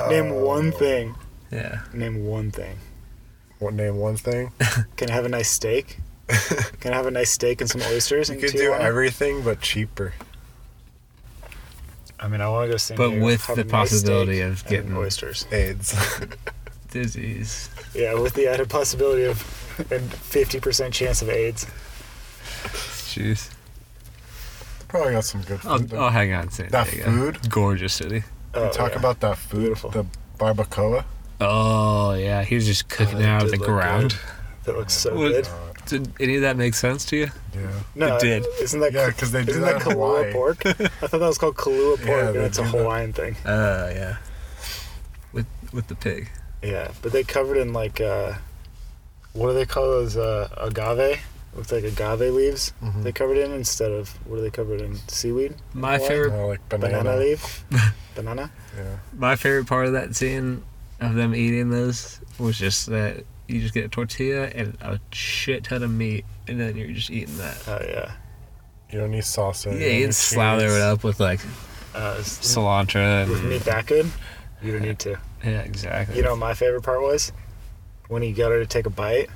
Speaker 3: name one thing.
Speaker 1: Yeah.
Speaker 3: Name one thing.
Speaker 2: What name one thing?
Speaker 3: Can I have a
Speaker 2: (laughs)
Speaker 3: nice steak? Can I have a nice steak and some oysters
Speaker 2: You
Speaker 3: in
Speaker 2: could do
Speaker 3: Tijuana?
Speaker 2: everything but cheaper.
Speaker 3: I mean, I want to go to San
Speaker 1: But
Speaker 3: Diego,
Speaker 1: with
Speaker 3: have
Speaker 1: the
Speaker 3: a nice steak
Speaker 1: possibility of
Speaker 3: and
Speaker 1: getting-
Speaker 3: oysters.
Speaker 2: AIDS.
Speaker 1: Disease.
Speaker 3: Yeah, with the added possibility of and fifty percent chance of AIDS.
Speaker 1: Jeez.
Speaker 2: Probably got some good food.
Speaker 1: I'll,
Speaker 2: though.
Speaker 1: I'll hang on to San
Speaker 2: That
Speaker 1: Diego.
Speaker 2: food?
Speaker 1: Gorgeous city.
Speaker 3: Oh,
Speaker 2: Talk
Speaker 3: yeah.
Speaker 2: about that food,
Speaker 3: Beautiful.
Speaker 2: the barbacoa.
Speaker 1: Oh yeah, he was just cooking
Speaker 3: Oh,
Speaker 1: it
Speaker 3: that
Speaker 1: out of
Speaker 3: did
Speaker 1: the
Speaker 3: look
Speaker 1: ground.
Speaker 3: that looks so
Speaker 1: Well,
Speaker 3: good.
Speaker 1: Did any of that make sense to you?
Speaker 2: Yeah.
Speaker 3: No,
Speaker 1: it did.
Speaker 3: Isn't that
Speaker 2: Yeah, because they do
Speaker 3: Isn't
Speaker 2: that,
Speaker 3: that
Speaker 2: (laughs) in Hawaii.
Speaker 3: Kahlua pork? I thought that was called Kahlua pork,
Speaker 2: Yeah,
Speaker 3: and
Speaker 2: they
Speaker 3: it's a
Speaker 2: do that.
Speaker 3: Hawaiian thing.
Speaker 1: Uh yeah. With with the pig.
Speaker 3: Yeah, but they covered in like uh, what do they call those uh, agave? Looks like agave leaves.
Speaker 1: Hmm.
Speaker 2: Mhm.
Speaker 3: They covered it in instead of what are they covered in? Seaweed,
Speaker 1: My
Speaker 3: What?
Speaker 1: favorite
Speaker 2: No, like banana.
Speaker 3: banana,
Speaker 1: (laughs)
Speaker 3: leaf, banana.
Speaker 2: Yeah.
Speaker 1: my favorite part of that scene of them eating those was just that you just get a tortilla and a shit ton of meat and then you're just eating that.
Speaker 3: Oh yeah.
Speaker 2: You don't need salsa.
Speaker 1: Yeah,
Speaker 2: don't
Speaker 1: you can
Speaker 2: need
Speaker 1: slather
Speaker 2: cheese.
Speaker 1: it up with like
Speaker 3: Uh, is
Speaker 1: cilantro
Speaker 3: is
Speaker 1: and
Speaker 3: meat that good? You don't need to.
Speaker 1: yeah, exactly.
Speaker 3: You know, what my favorite part was when he got her to take a bite,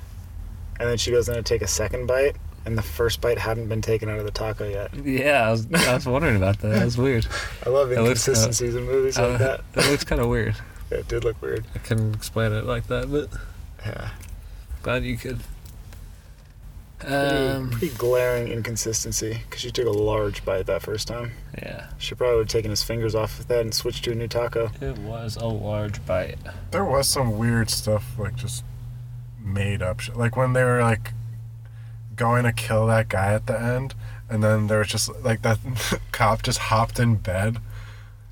Speaker 3: and then she goes in to take a second bite, and the first bite hadn't been taken out of the taco yet.
Speaker 1: yeah, I was, I was wondering about that. That was weird.
Speaker 3: I love
Speaker 1: It looks, uh,
Speaker 3: inconsistencies in movies
Speaker 1: Uh,
Speaker 3: like that.
Speaker 1: It looks kind of weird.
Speaker 3: Yeah, it did look weird.
Speaker 1: I couldn't explain it like that, but
Speaker 3: Yeah.
Speaker 1: glad you could.
Speaker 3: Pretty,
Speaker 1: (laughs) Um,
Speaker 3: pretty glaring inconsistency because she took a large bite that first time.
Speaker 1: yeah,
Speaker 3: She probably would have taken his fingers off of that and switched to a
Speaker 1: (laughs)
Speaker 3: new taco.
Speaker 1: it was a large bite.
Speaker 2: There was some weird stuff, like just made up. Shit. Like when they were like going to kill that guy at the end, and then there was just like that (laughs) cop just hopped in bed.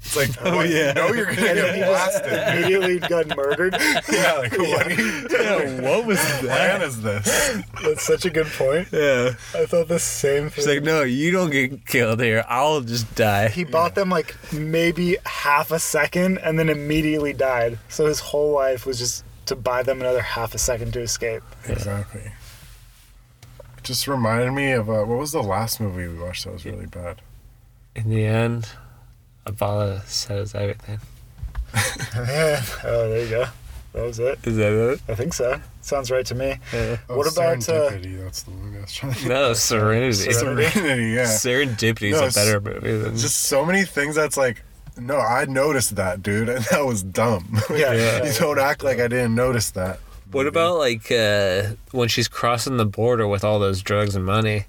Speaker 2: It's like, (laughs) oh
Speaker 1: yeah.
Speaker 2: you know you're gonna get (laughs) blasted. dude.
Speaker 3: Immediately got murdered.
Speaker 2: yeah, like what are you doing?
Speaker 1: what was
Speaker 2: plan is this?
Speaker 3: That's such a good point.
Speaker 1: Yeah,
Speaker 3: I thought the same thing.
Speaker 1: she's like, no, you don't get killed here. I'll just die.
Speaker 3: he bought them like maybe half a second and then immediately died. So his whole life was just to buy them another half a second
Speaker 1: (laughs)
Speaker 3: to escape.
Speaker 2: Exactly. It Just reminded me of uh, what was the last movie we watched that was really bad?
Speaker 1: In the end, Abala says everything.
Speaker 3: oh, there you go. That was it.
Speaker 1: Is that it?
Speaker 3: I think so. Sounds right to me.
Speaker 1: Yeah.
Speaker 2: Oh,
Speaker 3: What about, uh,
Speaker 2: Serendipity, that's the one I was trying to think.
Speaker 1: No, Serenity.
Speaker 3: Seren-
Speaker 2: Serenity, yeah.
Speaker 1: Serendipity is
Speaker 2: No,
Speaker 1: a
Speaker 2: it's-
Speaker 1: better movie than
Speaker 2: (laughs) Just so many things that's like, no, I noticed that, dude, (laughs) and that was dumb. (laughs)
Speaker 3: Yeah.
Speaker 1: Yeah.
Speaker 2: you don't act like I didn't notice that.
Speaker 1: What about like uh, when she's crossing the border with all those drugs and money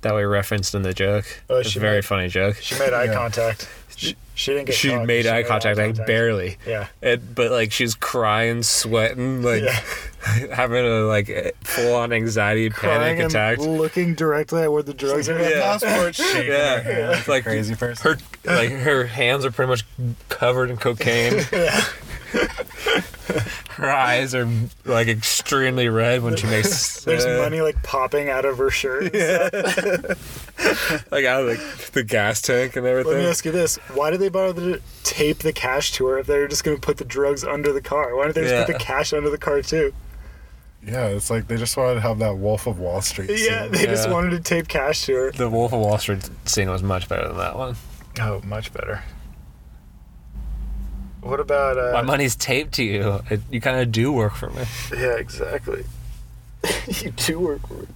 Speaker 1: that we referenced in the joke?
Speaker 3: Oh,
Speaker 1: it's
Speaker 3: she
Speaker 1: a very
Speaker 3: made-
Speaker 1: funny joke.
Speaker 3: She made eye
Speaker 2: Yeah.
Speaker 3: contact. She, she didn't get.
Speaker 1: She
Speaker 3: caught.
Speaker 1: made eye contact, like barely,
Speaker 3: Yeah.
Speaker 1: it, but like she's crying, sweating, like
Speaker 3: Yeah.
Speaker 1: (laughs) having a like full on anxiety
Speaker 3: Crying
Speaker 1: panic
Speaker 3: and
Speaker 1: attack.
Speaker 3: looking directly at where the drugs are.
Speaker 1: Yeah.
Speaker 2: Passport shaking
Speaker 1: Yeah.
Speaker 2: her hand like a
Speaker 1: Like,
Speaker 2: crazy person.
Speaker 3: (laughs)
Speaker 1: Her like her hands are pretty much covered in
Speaker 3: (laughs)
Speaker 1: cocaine. her eyes are like extremely red when she makes
Speaker 3: (laughs) There's
Speaker 1: uh,
Speaker 3: money like popping out of her
Speaker 1: (laughs)
Speaker 3: shirt. and stuff.
Speaker 1: like out of like, the gas tank and everything.
Speaker 3: Let me ask you this: Why did they bother to tape the cash to her if they were just going to put the drugs under the car? Why didn't they just put
Speaker 1: Yeah.
Speaker 3: the cash under the car too?
Speaker 2: Yeah, it's like they just wanted to have that Wolf of Wall Street.
Speaker 3: Yeah,
Speaker 2: scene.
Speaker 3: (laughs) they just
Speaker 1: Yeah.
Speaker 3: wanted to tape cash to her.
Speaker 1: The Wolf of Wall Street scene was much better than that one.
Speaker 3: Oh, much better. What about?
Speaker 1: My
Speaker 3: Uh,
Speaker 1: money's taped to you. It, you kind of do work for me.
Speaker 3: yeah, exactly. (laughs) you do work. with-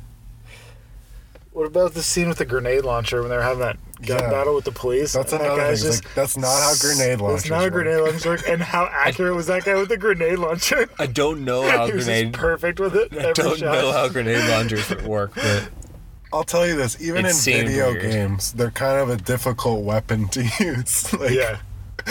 Speaker 3: What about the scene with the grenade launcher when they were having that gun
Speaker 2: Yeah.
Speaker 3: battle with the police?
Speaker 2: That's
Speaker 3: And that
Speaker 2: another thing.
Speaker 3: guy's
Speaker 2: It's like, that's not how grenade launchers
Speaker 3: That's not a
Speaker 2: work.
Speaker 3: grenade launcher. work.
Speaker 2: (laughs)
Speaker 3: And how accurate was that guy with the grenade launcher?
Speaker 1: (laughs) I don't
Speaker 3: (laughs)
Speaker 1: know how
Speaker 3: he was
Speaker 1: grenade.
Speaker 3: just perfect with it.
Speaker 1: I
Speaker 3: Every
Speaker 1: don't
Speaker 3: shot.
Speaker 1: know how grenade launchers would work, but
Speaker 3: (laughs)
Speaker 2: I'll tell you this, even
Speaker 1: It
Speaker 2: in
Speaker 1: seemed
Speaker 2: video
Speaker 1: weird.
Speaker 2: games, they're kind of a difficult weapon to (laughs) use. like,
Speaker 3: Yeah.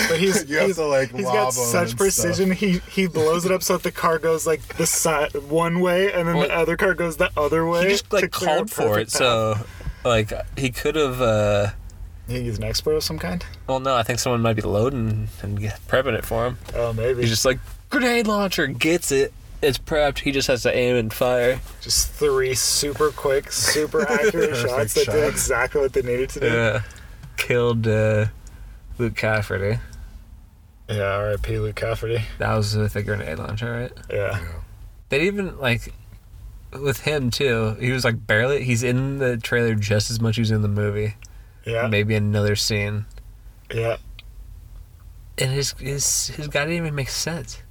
Speaker 3: But he's
Speaker 2: (laughs) You have
Speaker 3: he's,
Speaker 2: to, like,
Speaker 3: he's
Speaker 2: lob
Speaker 3: got
Speaker 2: 'em
Speaker 3: such
Speaker 2: and
Speaker 3: precision. He he blows it up so that the car goes like the side one way, and then
Speaker 1: Well,
Speaker 3: the other car goes the other way.
Speaker 1: he just
Speaker 3: to
Speaker 1: like
Speaker 3: clear a
Speaker 1: called for it.
Speaker 3: perfect path.
Speaker 1: So, like he could have. uh
Speaker 3: you think he's an expert of some kind?
Speaker 1: Well, no, I think someone might be loading and get- prepping it for him.
Speaker 3: Oh, maybe
Speaker 1: He's
Speaker 3: just
Speaker 1: just like grenade launcher gets it. It's prepped. He just has to aim and fire.
Speaker 3: just three super
Speaker 2: (laughs)
Speaker 3: quick, super accurate
Speaker 2: Perfect
Speaker 3: shots that did
Speaker 2: shot.
Speaker 3: exactly what they needed to do.
Speaker 1: Uh, killed uh, Luke Cafferty.
Speaker 3: Yeah, R.I.P. Luke Cafferty.
Speaker 1: That was with a grenade launcher, right?
Speaker 3: Yeah,
Speaker 1: They even like with him too. He was like barely. He's in the trailer just as much as he's in the movie.
Speaker 3: yeah,
Speaker 1: Maybe another scene,
Speaker 3: yeah.
Speaker 1: and his his his guy didn't even make sense.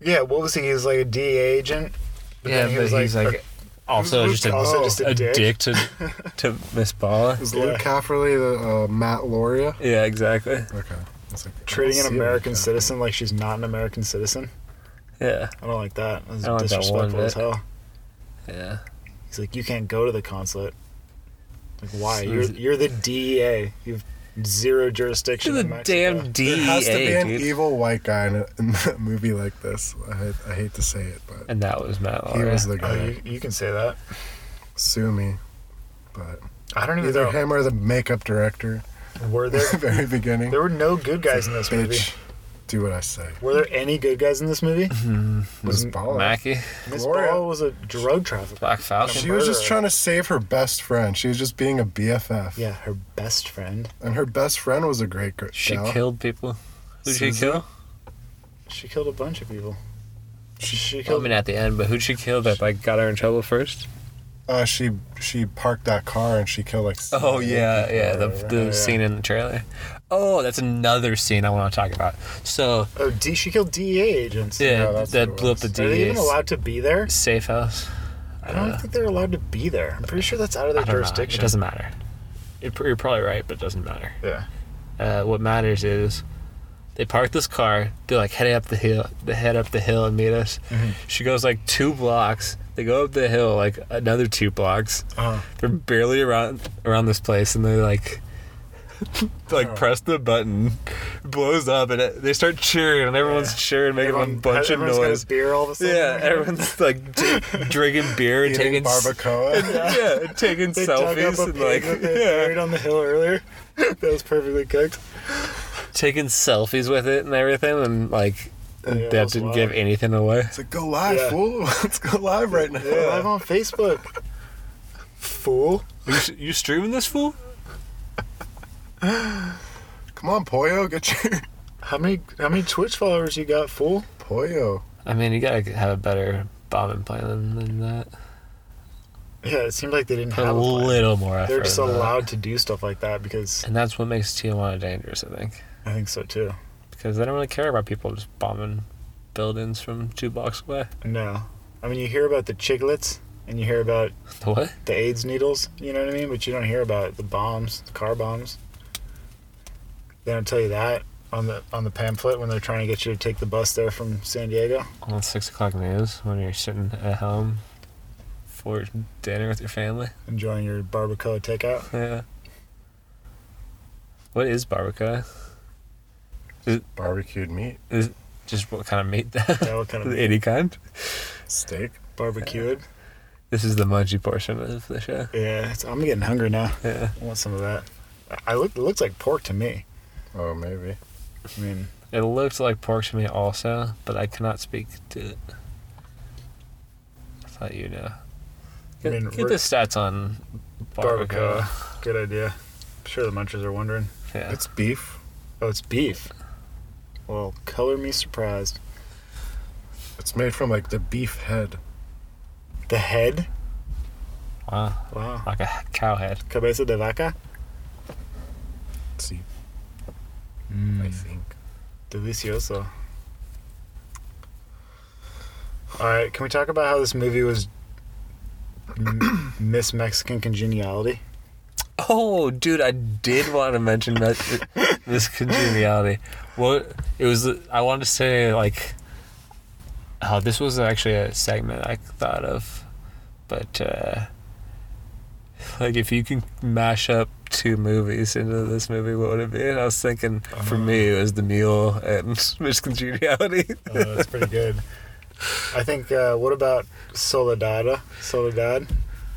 Speaker 3: Yeah, what was he? He was like a DA agent.
Speaker 1: yeah,
Speaker 3: then he
Speaker 1: but
Speaker 3: was,
Speaker 1: he's like,
Speaker 3: a-
Speaker 1: also
Speaker 3: Luke
Speaker 1: just a,
Speaker 3: also just a
Speaker 1: a
Speaker 3: dick.
Speaker 1: dick. to
Speaker 3: (laughs)
Speaker 1: to Miss Bala.
Speaker 2: Is
Speaker 3: Yeah.
Speaker 2: Luke Cafferly the uh, Matt Loria?
Speaker 1: Yeah, exactly.
Speaker 2: Okay. That's like, I don't
Speaker 3: treating
Speaker 2: see
Speaker 3: an
Speaker 1: E
Speaker 2: it like
Speaker 3: American
Speaker 2: that.
Speaker 3: citizen like she's not an American citizen.
Speaker 1: Yeah,
Speaker 3: I don't like that. That's
Speaker 1: I don't like that one
Speaker 3: disrespectful as
Speaker 1: bit.
Speaker 3: hell.
Speaker 1: yeah.
Speaker 3: He's like, you can't go to the consulate. Like, why?
Speaker 1: So
Speaker 3: You're
Speaker 1: is it-
Speaker 3: you're the DEA. You've zero jurisdiction.
Speaker 1: To the
Speaker 3: in Mexico.
Speaker 1: damn DEA,
Speaker 2: There has to be an
Speaker 1: E dude.
Speaker 2: evil white guy in a, (laughs) in a movie like this. I, I hate to say it, but
Speaker 1: and that was Matt.
Speaker 2: he
Speaker 1: Lauer.
Speaker 2: was the
Speaker 3: Oh,
Speaker 2: guy.
Speaker 3: you, you can say that.
Speaker 2: Sue me. But
Speaker 3: I don't even
Speaker 2: either
Speaker 3: know.
Speaker 2: him or the makeup director
Speaker 3: Were
Speaker 2: at the (laughs)
Speaker 3: there
Speaker 2: very beginning.
Speaker 3: there were no good
Speaker 1: (laughs)
Speaker 3: guys in this movie?
Speaker 2: Bitch, do what I say.
Speaker 3: Were there any good guys in
Speaker 1: (laughs)
Speaker 3: this movie?
Speaker 2: Was Bala.
Speaker 1: Mackey,
Speaker 3: Miss
Speaker 2: Gloria.
Speaker 3: Ball was a drug trafficker.
Speaker 1: Black Falcon.
Speaker 2: She was just
Speaker 3: murderer.
Speaker 2: trying to save her best friend. She was just being a BFF.
Speaker 3: Yeah, her best friend.
Speaker 2: And her best friend was a great girl.
Speaker 1: She killed people. Who'd she
Speaker 2: Susan?
Speaker 1: kill?
Speaker 3: She killed a bunch of people. She, she
Speaker 1: Well, I
Speaker 3: killed.
Speaker 1: mean, at the end, but who'd she kill that like got her in trouble first?
Speaker 2: Uh, she she parked that car and she killed like.
Speaker 1: Oh
Speaker 2: seven
Speaker 1: yeah,
Speaker 2: people.
Speaker 1: yeah, the, the
Speaker 3: yeah.
Speaker 1: scene in the trailer. Oh, that's another scene I want to talk about. So
Speaker 3: oh, D, she killed DEA agents.
Speaker 1: yeah,
Speaker 2: that's what
Speaker 1: that
Speaker 2: it
Speaker 1: blew up the
Speaker 2: was.
Speaker 3: Are they even
Speaker 1: DEA's
Speaker 3: allowed to be there?
Speaker 1: safe house.
Speaker 3: I don't think they're allowed to be there. I'm pretty sure that's out of their
Speaker 1: I don't know. It
Speaker 3: jurisdiction.
Speaker 1: doesn't matter. It, you're probably right, but it doesn't matter.
Speaker 3: Yeah.
Speaker 1: Uh, what matters is they park this car. They're like heading up the hill. They head up the hill and meet us. She goes like two blocks. They go up the hill like another two blocks.
Speaker 3: Uh-huh.
Speaker 1: They're barely around around this place, and they like
Speaker 3: (laughs)
Speaker 1: like
Speaker 3: Oh.
Speaker 1: press the button, blows up, and it, they start cheering, and everyone's cheering, making a bunch of
Speaker 3: everyone's got a
Speaker 1: noise.
Speaker 3: beer all of a sudden.
Speaker 1: Yeah, everyone's like d- drinking beer and
Speaker 2: Eating
Speaker 1: taking s-
Speaker 2: barbacoa.
Speaker 1: (laughs)
Speaker 3: (laughs)
Speaker 1: yeah, and taking
Speaker 3: (laughs) They dug up
Speaker 1: selfies
Speaker 3: a
Speaker 1: and
Speaker 3: pig
Speaker 1: like
Speaker 3: that they
Speaker 1: (laughs) yeah.
Speaker 3: buried on the hill earlier. (laughs) that was perfectly cooked.
Speaker 1: taking selfies with it and everything, and like
Speaker 3: Yeah,
Speaker 1: that
Speaker 3: that's
Speaker 1: didn't
Speaker 3: wild.
Speaker 1: give anything away.
Speaker 2: It's like go live,
Speaker 3: Yeah.
Speaker 2: fool. (laughs) Let's go live right now.
Speaker 3: Live on Facebook. Fool.
Speaker 1: You, you streaming this fool?
Speaker 2: Come on, Poyo, get your
Speaker 3: How many how many Twitch followers you got, fool?
Speaker 2: Poyo.
Speaker 1: I mean, you gotta have a better bombing plan than, than that.
Speaker 3: Yeah, it seemed like they didn't
Speaker 1: Put a
Speaker 3: have a plan.
Speaker 1: little more effort.
Speaker 3: They're just
Speaker 1: in that.
Speaker 3: allowed to do stuff like that because
Speaker 1: and that's what makes Tijuana dangerous, I think,
Speaker 3: I think so too.
Speaker 1: because they don't really care about people just bombing buildings from two blocks away.
Speaker 3: No. I mean, you hear about the chiglets and you hear about
Speaker 1: (laughs) The what?
Speaker 3: the AIDS needles, you know what I mean? But you don't hear about the bombs, the car bombs. They don't tell you that on the on the pamphlet when they're trying to get you to take the bus there from San Diego.
Speaker 1: Well, it's six o'clock news when you're sitting at home for dinner with your family. (laughs)
Speaker 3: Enjoying your barbacoa takeout.
Speaker 1: Yeah. What is barbacoa?
Speaker 2: Barbecued meat,
Speaker 1: Just what kind of meat? (laughs) that?
Speaker 3: Yeah, what kind of
Speaker 1: Any kind?
Speaker 2: steak.
Speaker 3: barbecued?
Speaker 1: This is the munchy portion of the show.
Speaker 3: Yeah, it's, I'm getting hungry now.
Speaker 1: Yeah.
Speaker 3: I want some of that. I- I look it looks like pork to me.
Speaker 2: Oh, maybe.
Speaker 3: I mean,
Speaker 1: It looked like pork to me also, but I cannot speak to it. I thought you know.
Speaker 3: I
Speaker 1: Get,
Speaker 3: mean,
Speaker 1: get the stats on barbacoa.
Speaker 3: barbacoa. Good idea. I'm sure the munchers are wondering.
Speaker 1: Yeah.
Speaker 2: It's beef.
Speaker 3: Oh, it's beef. Well, color me surprised.
Speaker 2: It's made from like the beef head.
Speaker 3: The head?
Speaker 1: Wow.
Speaker 3: Wow.
Speaker 1: Like a cow head.
Speaker 3: Cabeza de vaca?
Speaker 2: See,
Speaker 3: Mm. Hmm.
Speaker 2: I think.
Speaker 3: Delicioso. All right, can we talk about how this movie was m- (coughs) Miss Mexican Congeniality?
Speaker 1: Oh, dude, I did want to mention that this congeniality. What it was, I wanted to say like, oh, this was actually a segment I thought of, but uh, like if you can mash up two movies into this movie, what would it be? And I was thinking for me it was The Mule and (laughs) Miss Congeniality.
Speaker 3: Oh, that's pretty good. I think. Uh, what about Soledad? Soledad.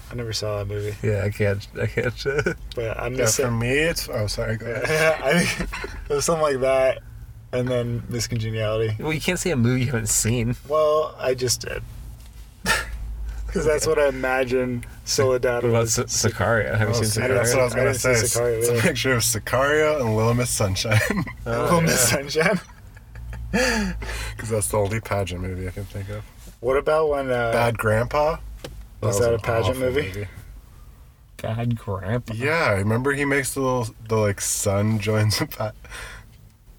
Speaker 3: I never saw that movie,
Speaker 1: yeah, I can't, I can't. Uh,
Speaker 3: but I'm
Speaker 2: Yeah, for
Speaker 3: missing.
Speaker 2: me, it's. Oh, sorry. Go ahead.
Speaker 3: (laughs) I think it was something like that, and then Miss Congeniality.
Speaker 1: well, you can't see a movie you haven't seen.
Speaker 3: Well, I just did. (laughs) Because that's what I imagine Soledad
Speaker 1: What about
Speaker 3: was.
Speaker 1: Sa- Sicario? Have you
Speaker 2: Oh,
Speaker 1: seen
Speaker 2: see,
Speaker 1: Sicario?
Speaker 2: that's what I was
Speaker 3: I
Speaker 2: gonna
Speaker 3: didn't see
Speaker 2: say. It's
Speaker 3: Sicario
Speaker 2: it's a
Speaker 3: either.
Speaker 2: picture of Sicario and Little Miss Sunshine, (laughs)
Speaker 3: Little (laughs) Miss Sunshine.
Speaker 2: because that's the only pageant movie I can think of.
Speaker 3: What about when uh,
Speaker 2: Bad Grandpa.
Speaker 3: Was that
Speaker 2: an
Speaker 3: a pageant
Speaker 2: awful
Speaker 3: movie?
Speaker 1: Bad Grandpa.
Speaker 2: Yeah, I remember he makes the little the like son (laughs) joins a pat.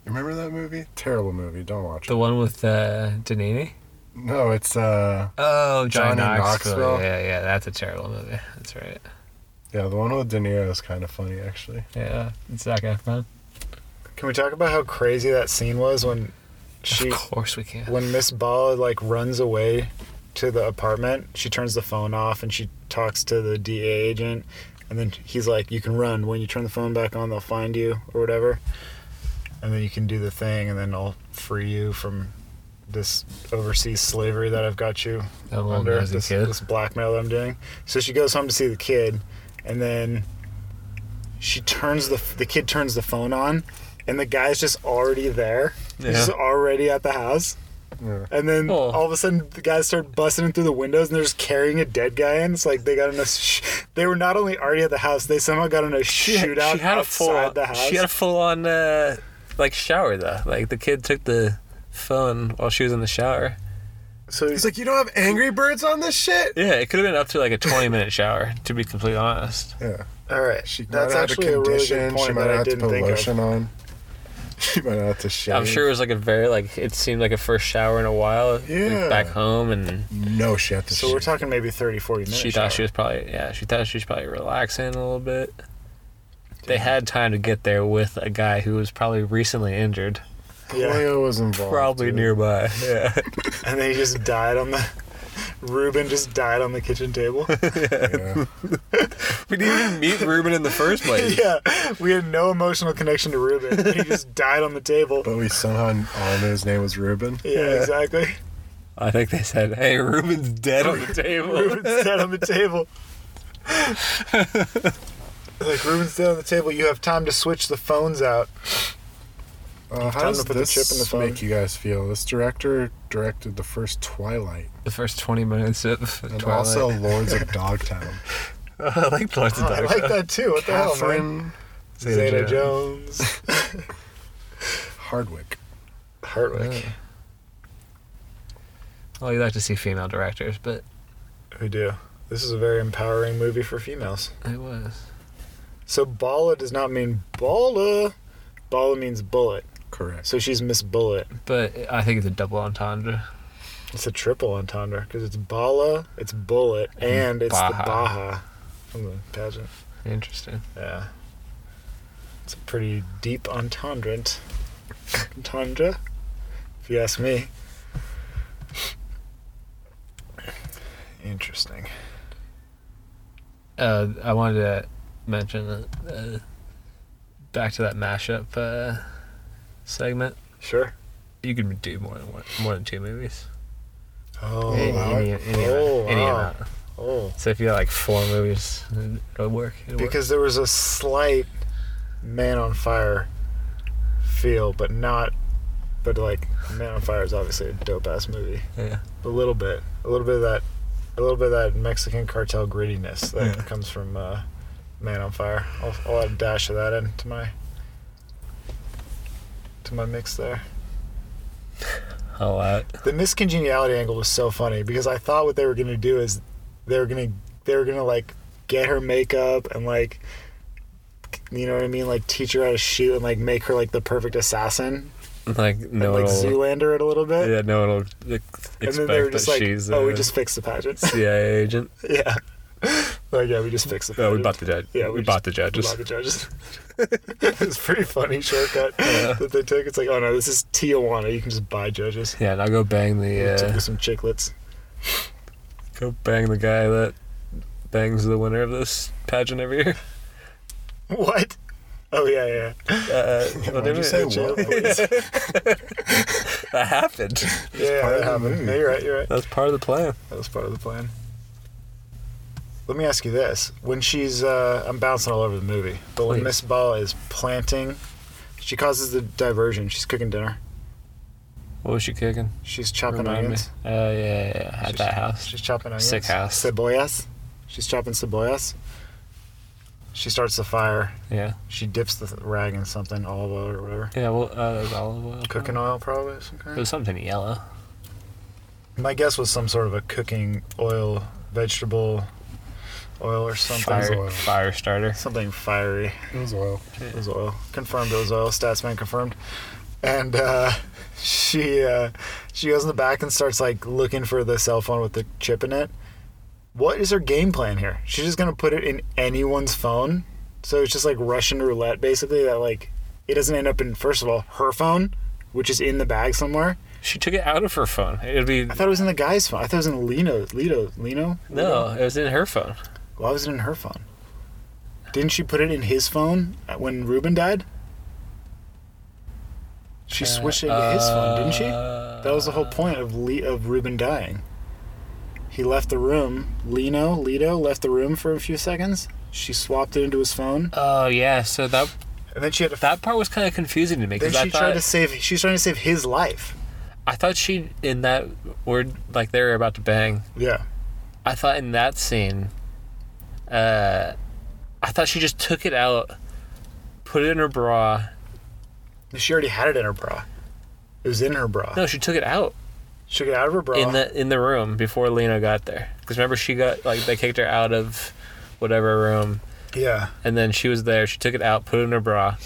Speaker 2: Remember that movie? Terrible movie. Don't watch
Speaker 1: The
Speaker 2: it.
Speaker 1: one with uh, Danini?
Speaker 2: No, it's uh
Speaker 1: Oh,
Speaker 2: Johnny Knoxville.
Speaker 1: Yeah, yeah, that's a terrible movie. That's right.
Speaker 2: yeah, the one with De Niro is kind of funny actually.
Speaker 1: Yeah, it's Zac Efron.
Speaker 3: Can we talk about how crazy that scene was when she
Speaker 1: of course we can.
Speaker 3: when Miss Ball like runs away to the apartment? She turns the phone off and she talks to the DA agent and then he's like, "You can run. When you turn the phone back on, they'll find you or whatever." And then you can do the thing and then I'll free you from this overseas slavery that I've got you
Speaker 1: That little
Speaker 3: under
Speaker 1: nosy
Speaker 3: this,
Speaker 1: kid.
Speaker 3: this blackmail that I'm doing. So she goes home to see the kid, and then she turns the the kid turns the phone on, and the guy's just already there. He's
Speaker 1: Yeah.
Speaker 3: already at the house.
Speaker 2: Yeah.
Speaker 3: And then
Speaker 1: Oh.
Speaker 3: all of a sudden, the guys start busting in through the windows, and they're just carrying a dead guy in. It's like they got in a. Sh- they were not only already at the house, they somehow got in a shootout outside the house.
Speaker 1: She had a full on uh, like shower though. Like the kid took the phone while she was in the shower.
Speaker 3: so
Speaker 2: He's like, you don't have Angry Birds on this shit.
Speaker 1: Yeah, it could have been up to like a twenty minute shower. To be completely honest.
Speaker 2: Yeah,
Speaker 3: all right,
Speaker 2: she
Speaker 3: that's
Speaker 2: might have had
Speaker 3: actually a really good
Speaker 2: condition, She
Speaker 3: point
Speaker 2: might
Speaker 3: that I
Speaker 2: have to
Speaker 3: didn't
Speaker 2: put
Speaker 3: think of.
Speaker 2: lotion on. (laughs) She might have to shave.
Speaker 1: I'm sure it was like a very like it seemed like a first shower in a while. like,
Speaker 2: Yeah.
Speaker 1: back home and
Speaker 2: No, she had to.
Speaker 3: So we're talking maybe 30, 40 minutes.
Speaker 1: she thought she was probably yeah she thought she was probably relaxing a little bit they had time to get there with a guy who was probably recently injured
Speaker 3: Yeah.
Speaker 2: Polio was involved.
Speaker 1: probably (laughs)
Speaker 2: too.
Speaker 1: nearby yeah
Speaker 3: and then he just died on the (laughs) Ruben just died on the kitchen table.
Speaker 2: Yeah.
Speaker 1: we didn't even meet ruben in the first place
Speaker 3: yeah, we had no emotional connection to Ruben. He just died on the table.
Speaker 2: But we somehow all knew his name was Ruben.
Speaker 3: Yeah, exactly.
Speaker 1: (laughs) i think they said hey ruben's dead on the table
Speaker 3: Ruben's dead on the table. like Ruben's dead on the table. You have time to switch the phones out.
Speaker 2: Uh, how
Speaker 3: time
Speaker 2: does
Speaker 3: to put the
Speaker 2: this
Speaker 3: chip in the phone.
Speaker 2: make you guys feel? This director directed the first Twilight
Speaker 1: the first 20 minutes of
Speaker 2: and
Speaker 1: Twilight.
Speaker 3: (laughs)
Speaker 2: also Lords of Dogtown.
Speaker 1: (laughs) i like Lords
Speaker 3: Oh,
Speaker 1: of
Speaker 3: I like
Speaker 1: Darkness.
Speaker 3: that too. What the hell, man?
Speaker 2: Catherine
Speaker 1: Zeta
Speaker 3: Zeta Jones.
Speaker 2: Hardwick.
Speaker 3: Hartwick.
Speaker 1: Yeah. well Oh, you like to see female directors but
Speaker 3: We do. This is a very empowering movie for females.
Speaker 1: it was
Speaker 3: So Bala does not mean Bala. Bala means bullet.
Speaker 2: Correct.
Speaker 3: So she's Miss Bullet.
Speaker 1: But I think it's a double entendre.
Speaker 3: It's a triple entendre because it's Bala, it's Bullet, and it's
Speaker 1: Baja.
Speaker 3: the Baja from the pageant.
Speaker 1: Interesting.
Speaker 3: Yeah. It's a pretty deep entendre. Entendre, if you ask me. Interesting.
Speaker 1: Uh, I wanted to mention uh, back to that mashup uh, segment.
Speaker 3: Sure.
Speaker 1: You could do more than one, more than two movies.
Speaker 3: Oh,
Speaker 1: any,
Speaker 2: wow.
Speaker 1: any, any,
Speaker 3: Oh,
Speaker 1: amount, any
Speaker 3: wow.
Speaker 1: amount.
Speaker 3: oh.
Speaker 1: So if you got like four movies, it'll work. It'll work.
Speaker 3: Because there was a slight Man on Fire feel, but not. But like, Man on Fire is obviously a dope ass movie.
Speaker 1: Yeah.
Speaker 3: A little bit, a little bit of that, a little bit of that Mexican cartel grittiness that
Speaker 1: Yeah.
Speaker 3: comes from uh, Man on Fire. I'll, I'll add a dash of that into my to my mix there.
Speaker 1: A lot.
Speaker 3: The miscongeniality angle was so funny because I thought what they were gonna do is they were gonna they were gonna like get her makeup and like you know what I mean like teach her how to shoot and like make her like the perfect assassin
Speaker 1: Like no one
Speaker 3: and like
Speaker 1: will.
Speaker 3: Zoolander it a little bit
Speaker 1: Yeah, no one will ex-
Speaker 3: and then they were
Speaker 1: expect that
Speaker 3: just like
Speaker 1: she's. uh,
Speaker 3: oh
Speaker 1: a
Speaker 3: we just fixed the pageant (laughs)
Speaker 1: CIA agent.
Speaker 3: yeah like yeah we just fixed the
Speaker 1: No,
Speaker 3: pageant
Speaker 1: we bought the judge.
Speaker 3: yeah
Speaker 1: we,
Speaker 3: just-
Speaker 1: bought the
Speaker 3: we
Speaker 1: judges.
Speaker 3: bought the judges (laughs) it's a pretty
Speaker 1: (laughs)
Speaker 3: funny shortcut that they took it's like oh no this is Tijuana you can just buy judges
Speaker 1: Yeah, and I'll go bang
Speaker 3: yeah.
Speaker 1: the
Speaker 3: took
Speaker 1: uh,
Speaker 3: us some chiclets (laughs)
Speaker 1: go bang the guy that bangs the winner of this pageant every year. (laughs)
Speaker 3: what oh yeah yeah
Speaker 1: Uh, whatever.
Speaker 2: you say
Speaker 3: jail,
Speaker 1: (laughs)
Speaker 2: what?
Speaker 3: please.
Speaker 1: that happened.
Speaker 3: Yeah,
Speaker 2: part of
Speaker 3: that
Speaker 2: the
Speaker 3: happened.
Speaker 2: movie.
Speaker 3: No, you're right. You're right.
Speaker 1: That's part of the plan.
Speaker 3: That was part of the plan. Let me ask you this: When she's, uh, I'm bouncing all over the movie, but when
Speaker 1: Please.
Speaker 3: Miss Ball is planting, she causes the diversion. She's cooking dinner.
Speaker 1: What was she kicking?
Speaker 3: She's chopping
Speaker 1: Remind me.
Speaker 3: onions.
Speaker 1: Oh yeah, yeah, yeah. At
Speaker 3: She's-
Speaker 1: that house.
Speaker 3: She's chopping onions.
Speaker 1: Sick house.
Speaker 3: Cebollas. She's chopping cebollas. She starts the fire.
Speaker 1: Yeah.
Speaker 3: She dips the rag in something, olive oil or whatever.
Speaker 1: Yeah. Well, uh, that was olive oil.
Speaker 3: Cooking oil, probably. of Some
Speaker 1: It
Speaker 3: kind.
Speaker 1: was something yellow.
Speaker 3: My guess was some sort of a cooking oil, vegetable oil or something.
Speaker 1: Fire,
Speaker 2: oil.
Speaker 1: fire starter.
Speaker 3: something fiery.
Speaker 2: It was oil.
Speaker 3: It was oil. Confirmed it was oil. Statsman confirmed. And uh, (laughs) she uh, she goes in the back and starts like looking for the cell phone with the chip in it. What is her game plan here? She's just gonna put it in anyone's phone. So it's just like Russian roulette, basically. That like it doesn't end up in first of all her phone, which is in the bag somewhere.
Speaker 1: She took it out of her phone. It'd be
Speaker 3: I thought it was in the guy's phone. I thought it was in Lino. Lino. Lino.
Speaker 1: no. It was in her phone.
Speaker 3: Why was it in her phone? Didn't she put it in his phone when Ruben died? She
Speaker 1: Uh,
Speaker 3: switched it into his phone, didn't she? That was the whole point of Le- of Ruben dying. He left the room. Lino, Lito left the room for a few seconds. She swapped it into his phone,
Speaker 1: Oh yeah. So that
Speaker 3: and then she had a.
Speaker 1: that part was kind of confusing to me
Speaker 3: then
Speaker 1: because I
Speaker 3: she tried
Speaker 1: thought
Speaker 3: to save. She's trying to save his life.
Speaker 1: I thought she in that word like they were about to bang.
Speaker 3: Yeah.
Speaker 1: I thought in that scene, uh, I thought she just took it out, put it in her bra.
Speaker 3: She already had it in her bra. It was in her bra.
Speaker 1: No, she took it out
Speaker 3: She took it out of her bra.
Speaker 1: in the in the room before Lena got there. Because remember, she got like they kicked her out of whatever room,
Speaker 3: yeah.
Speaker 1: and then she was there. She took it out, put it in her bra.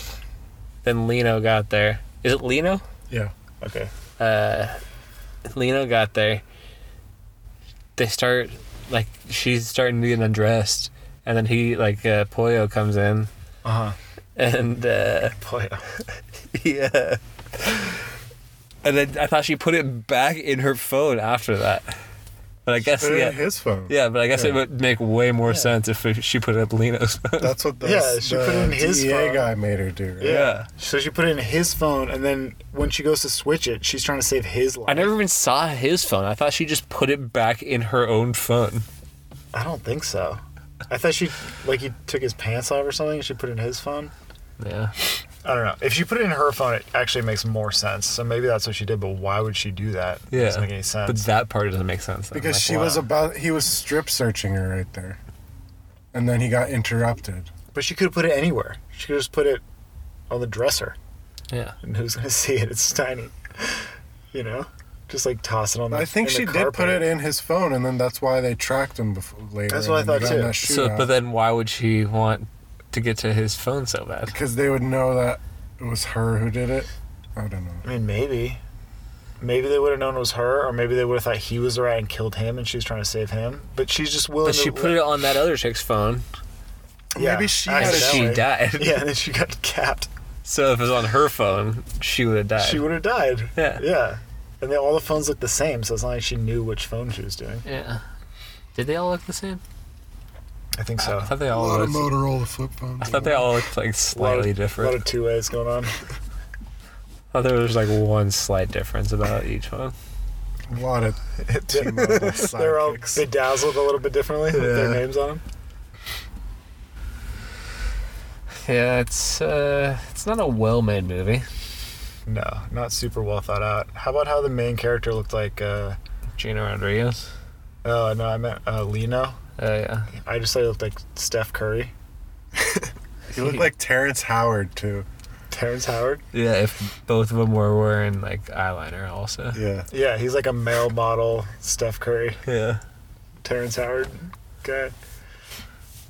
Speaker 1: Then Leno got there. Is it Leno?
Speaker 2: Yeah.
Speaker 3: Okay.
Speaker 1: uh, Lena got there, they start like she's starting to get undressed, and then he like uh, Pollo comes in (laughs)
Speaker 3: Uh huh.
Speaker 1: and uh,
Speaker 3: Boy, oh.
Speaker 1: (laughs) yeah, and then I thought she put it back in her phone after that, but I guess
Speaker 2: Put it in
Speaker 1: yeah.
Speaker 2: his phone.
Speaker 1: Yeah, but I guess it would make way more sense if she put it up Leno's (laughs) phone.
Speaker 2: That's what the,
Speaker 3: Yeah, she
Speaker 2: the
Speaker 3: put it in his
Speaker 2: DEA
Speaker 3: phone.
Speaker 2: guy made her do. Right?
Speaker 1: Yeah.
Speaker 3: So she put it in his phone, and then when she goes to switch it, she's trying to save his life.
Speaker 1: I never even saw his phone. I thought she just put it back in her own phone.
Speaker 3: I don't think so. I thought she, like, he took his pants off or something, and she put it in his phone.
Speaker 1: Yeah.
Speaker 3: I don't know. If she put it in her phone, it actually makes more sense. So maybe that's what she did. But why would she do that?
Speaker 1: Yeah.
Speaker 3: it doesn't make any
Speaker 1: But
Speaker 3: sense.
Speaker 1: that part doesn't make sense. though.
Speaker 2: Because
Speaker 1: Like,
Speaker 2: she was
Speaker 1: wow.
Speaker 2: about. He was strip searching her right there, and then he got interrupted.
Speaker 3: But, she could have put it anywhere. She could have just put it on the dresser,
Speaker 1: Yeah.
Speaker 3: and who's gonna (laughs) see it? It's tiny. You know, just like toss it on the.
Speaker 2: I think
Speaker 3: in
Speaker 2: she
Speaker 3: the
Speaker 2: did put
Speaker 3: carpet.
Speaker 2: it in his phone, and then that's why they tracked him before later.
Speaker 3: That's what I thought, too.
Speaker 1: So, but then why would she want to get to his phone so bad?
Speaker 2: because they would know that it was her who did it. I don't know.
Speaker 3: I mean, maybe. Maybe they would have known it was her, or maybe they would have thought he was the rat and killed him, and she was trying to save him. But she's just willing.
Speaker 1: But she
Speaker 3: to,
Speaker 1: put it on that other chick's phone,
Speaker 3: Yeah,
Speaker 2: Maybe she
Speaker 3: I
Speaker 1: and
Speaker 2: had it
Speaker 3: see that
Speaker 1: she
Speaker 3: way.
Speaker 1: died.
Speaker 3: (laughs) Yeah, and then she got capped.
Speaker 1: (laughs) So if it was on her phone, she would have died.
Speaker 3: She would have died.
Speaker 1: Yeah.
Speaker 3: Yeah. And then all the phones look the same, so it's not like she knew which phone she was doing.
Speaker 1: yeah. Did they all look the same?
Speaker 3: I think so.
Speaker 1: I thought they
Speaker 2: A
Speaker 1: all
Speaker 2: lot of
Speaker 1: looked.
Speaker 2: Motorola flip phones.
Speaker 1: I thought they all looked like slightly
Speaker 3: a lot of,
Speaker 1: different.
Speaker 3: A lot of two ways going on.
Speaker 1: I thought there was like one slight difference about each one.
Speaker 2: A lot
Speaker 3: (laughs)
Speaker 2: of
Speaker 3: They're all
Speaker 2: sidekicks.
Speaker 3: bedazzled a little bit differently with their
Speaker 2: Yeah.
Speaker 3: names on them.
Speaker 1: Yeah, it's uh, it's not a well-made movie.
Speaker 3: No, not super well thought out. How about how the main character looked like? Uh,
Speaker 1: Gina Rodriguez.
Speaker 3: oh no, I meant uh, Lino.
Speaker 1: Uh, yeah.
Speaker 3: I just said he looked like Steph Curry, (laughs)
Speaker 2: He looked like Terrence Howard too.
Speaker 3: Terrence Howard.
Speaker 1: Yeah, if both of them were wearing like eyeliner, also.
Speaker 2: Yeah.
Speaker 3: Yeah, he's like a male model Steph Curry,
Speaker 1: Yeah.
Speaker 3: Terrence Howard guy.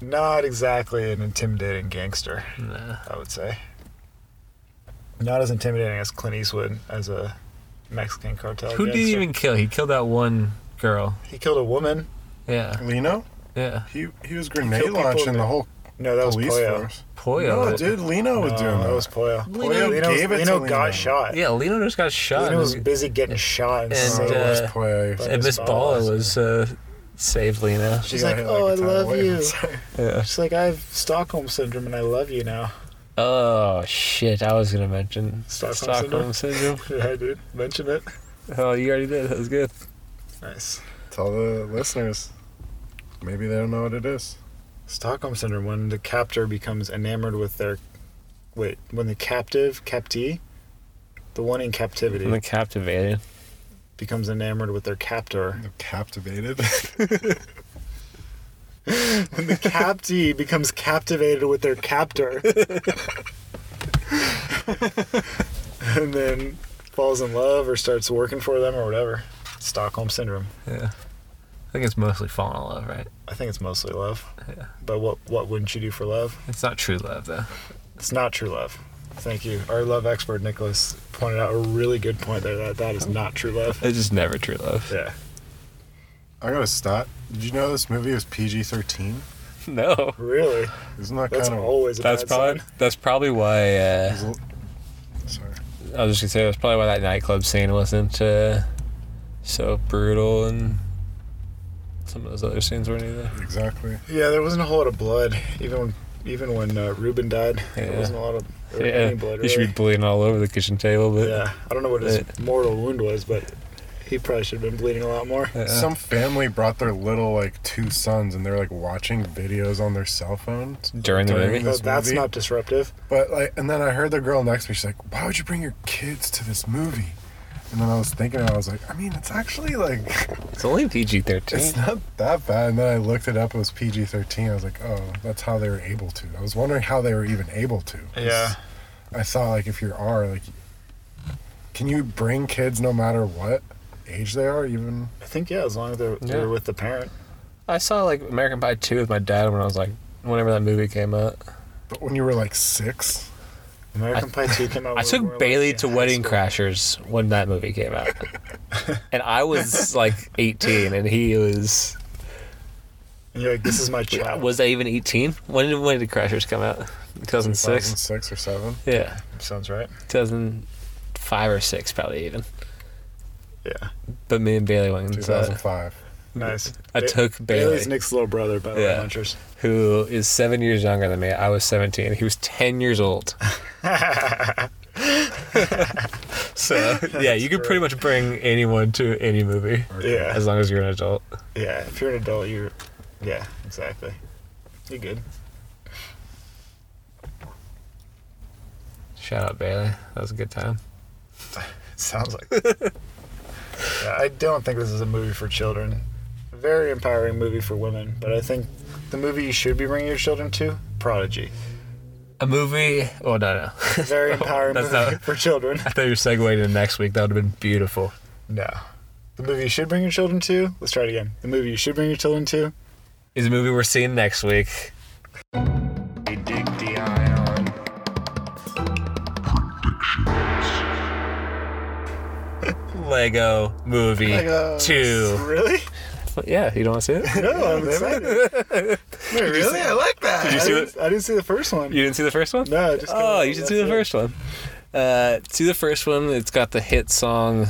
Speaker 3: Not exactly an intimidating gangster.
Speaker 1: Nah.
Speaker 3: I would say. Not as intimidating as Clint Eastwood as a Mexican cartel.
Speaker 1: Who did he
Speaker 3: gangster.
Speaker 1: even kill? He killed that one girl.
Speaker 3: He killed a woman.
Speaker 1: Yeah.
Speaker 2: Lino,
Speaker 1: Yeah.
Speaker 2: he he was
Speaker 3: Kill
Speaker 2: grenade
Speaker 3: people in
Speaker 2: launching
Speaker 3: the
Speaker 2: the whole
Speaker 3: No, that was
Speaker 2: police
Speaker 3: Pollo.
Speaker 2: force.
Speaker 1: Pollo.
Speaker 2: No, dude, Lino was
Speaker 3: No,
Speaker 2: doing that.
Speaker 3: that was Pollo.
Speaker 1: Lino
Speaker 3: Lino,
Speaker 2: gave it
Speaker 3: Lino
Speaker 2: to
Speaker 3: got
Speaker 2: Lino.
Speaker 3: shot.
Speaker 1: Yeah, Lino just got shot.
Speaker 3: Lino
Speaker 1: and
Speaker 3: was
Speaker 1: his-
Speaker 3: busy getting shot and,
Speaker 1: And,
Speaker 2: Oh,
Speaker 3: saved.
Speaker 2: it was
Speaker 1: uh,
Speaker 2: Pollo.
Speaker 3: but-
Speaker 1: and Miss Baller was uh, saved Lino.
Speaker 3: She's
Speaker 2: He got
Speaker 3: like,
Speaker 2: hit
Speaker 3: "Oh, I
Speaker 2: a ton of
Speaker 3: love
Speaker 2: waves."
Speaker 1: Yeah.
Speaker 3: She's like, I have Stockholm syndrome and I love you now. (laughs)
Speaker 1: Oh shit! I was gonna mention
Speaker 3: Stockholm
Speaker 1: Stockholm, syndrome.
Speaker 3: yeah, I did mention it.
Speaker 1: Oh, you already did. That was good.
Speaker 3: Nice.
Speaker 2: (laughs) Tell the listeners, maybe they don't know what it is.
Speaker 3: Stockholm syndrome when the captor becomes enamored with their, wait, when the captive captee, the one in captivity.
Speaker 1: I'm captivated.
Speaker 3: becomes enamored with their captor.
Speaker 2: They're captivated. (laughs)
Speaker 3: And (laughs) the captee becomes captivated with their captor. and then falls in love or starts working for them or whatever. Stockholm syndrome.
Speaker 1: Yeah. I think it's mostly falling in love, right?
Speaker 3: I think it's mostly love.
Speaker 1: Yeah.
Speaker 3: But what what wouldn't you do for love?
Speaker 1: It's not true love though.
Speaker 3: It's not true love. Thank you. Our love expert Nicholas pointed out a really good point there that that is not true love.
Speaker 1: It's just never true love.
Speaker 3: Yeah.
Speaker 2: I gotta stop. Did you know this movie was PG thirteen?
Speaker 1: (laughs) No.
Speaker 3: Really?
Speaker 2: Isn't that
Speaker 3: That's
Speaker 2: kind of
Speaker 3: always a
Speaker 1: That's
Speaker 3: bad
Speaker 1: probably
Speaker 3: sign.
Speaker 1: that's probably why uh,
Speaker 2: Is it- Sorry.
Speaker 1: I was just gonna say that's probably why that nightclub scene wasn't uh, so brutal and some of those other scenes weren't either.
Speaker 2: Exactly.
Speaker 3: Yeah, there wasn't a whole lot of blood, even when, even when uh, Ruben died. There
Speaker 1: Yeah.
Speaker 3: wasn't a lot of or
Speaker 1: Yeah,
Speaker 3: any blood.
Speaker 1: you should be
Speaker 3: Really.
Speaker 1: bleeding all over the kitchen table, but
Speaker 3: Yeah, I don't know what his
Speaker 1: Yeah.
Speaker 3: mortal wound was, but he probably should have been bleeding a lot more.
Speaker 1: Yeah.
Speaker 2: Some family brought their little like two sons, and they're like watching videos on their cell phones.
Speaker 1: during the
Speaker 2: During
Speaker 1: movie,
Speaker 2: the-
Speaker 3: But
Speaker 2: This
Speaker 3: that's
Speaker 2: movie?
Speaker 3: not disruptive.
Speaker 2: But like, and then I heard the girl next to me. She's like, "Why would you bring your kids to this movie?" And then I was thinking, I was like, I mean, it's actually like (laughs)
Speaker 1: it's only PG
Speaker 2: it's
Speaker 1: thirteen.
Speaker 2: not that bad. And then I looked it up. It was PG thirteen. I was like, oh, that's how they were able to. I was wondering how they were even able to.
Speaker 3: Yeah.
Speaker 2: I saw like if you are like, can you bring kids no matter what age they are? Even
Speaker 3: I think yeah, as long as they're, they're
Speaker 1: Yeah.
Speaker 3: with the parent.
Speaker 1: I saw like American Pie two with my dad when I was like whenever that movie came out.
Speaker 2: but when you were like six,
Speaker 3: American Pie Two came out.
Speaker 1: (laughs) I
Speaker 3: when we were,
Speaker 1: took
Speaker 3: like,
Speaker 1: Bailey
Speaker 3: in
Speaker 1: to
Speaker 3: high
Speaker 1: Wedding
Speaker 3: school.
Speaker 1: Crashers when that movie came
Speaker 2: (laughs)
Speaker 1: out. and I was like 18 and he was
Speaker 3: And you're like, this is my child.
Speaker 1: was I even 18? When did when did Crashers come out? 2006.
Speaker 2: six or seven.
Speaker 1: Yeah.
Speaker 3: sounds right.
Speaker 1: 2005 or 6 probably even.
Speaker 3: Yeah,
Speaker 1: But me and Bailey went
Speaker 2: Two
Speaker 1: and
Speaker 2: thousand
Speaker 1: saw
Speaker 2: five.
Speaker 3: nice.
Speaker 1: I
Speaker 3: Ba-
Speaker 1: took
Speaker 3: Bailey's
Speaker 1: Bailey
Speaker 3: Nick's little brother, by the way,
Speaker 1: Yeah.
Speaker 3: Munchers.
Speaker 1: who is 7 years younger than me. I was 17. He was 10 years old. so, yeah, you could pretty much bring anyone to any movie
Speaker 3: Yeah.
Speaker 1: as long as you're an adult.
Speaker 3: Yeah, if you're an adult, you're. Yeah, exactly. You're good.
Speaker 1: Shout out Bailey. That was a good time.
Speaker 3: (laughs) Sounds like. it. yeah, I don't think this is a movie for children. Very empowering movie for women, but I think the movie you should be bringing your children to, Prodigy.
Speaker 1: A movie. Oh no, no. (laughs)
Speaker 3: Very empowering
Speaker 1: That's
Speaker 3: movie
Speaker 1: not-
Speaker 3: (laughs) for
Speaker 1: (laughs)
Speaker 3: children.
Speaker 1: I thought you were segueing to next week. That would have been beautiful.
Speaker 3: No. The movie you should bring your children to. Let's try it again. The movie you should bring your children to.
Speaker 1: Is a movie we're seeing next week.
Speaker 3: Dig Dion.
Speaker 1: Lego Movie
Speaker 4: Legos.
Speaker 1: Two. (laughs)
Speaker 3: Really?
Speaker 1: Yeah, you don't want to see it?
Speaker 3: No, I'm excited. Wait, really? I like that.
Speaker 1: Did you
Speaker 3: I
Speaker 1: see
Speaker 3: didn't, I didn't see the first
Speaker 1: (laughs)
Speaker 3: one.
Speaker 1: You didn't see the first one?
Speaker 3: No, I just kinda-
Speaker 1: Oh, you should see the
Speaker 3: that's it.
Speaker 1: first one. Uh, see the first one. It's got the hit song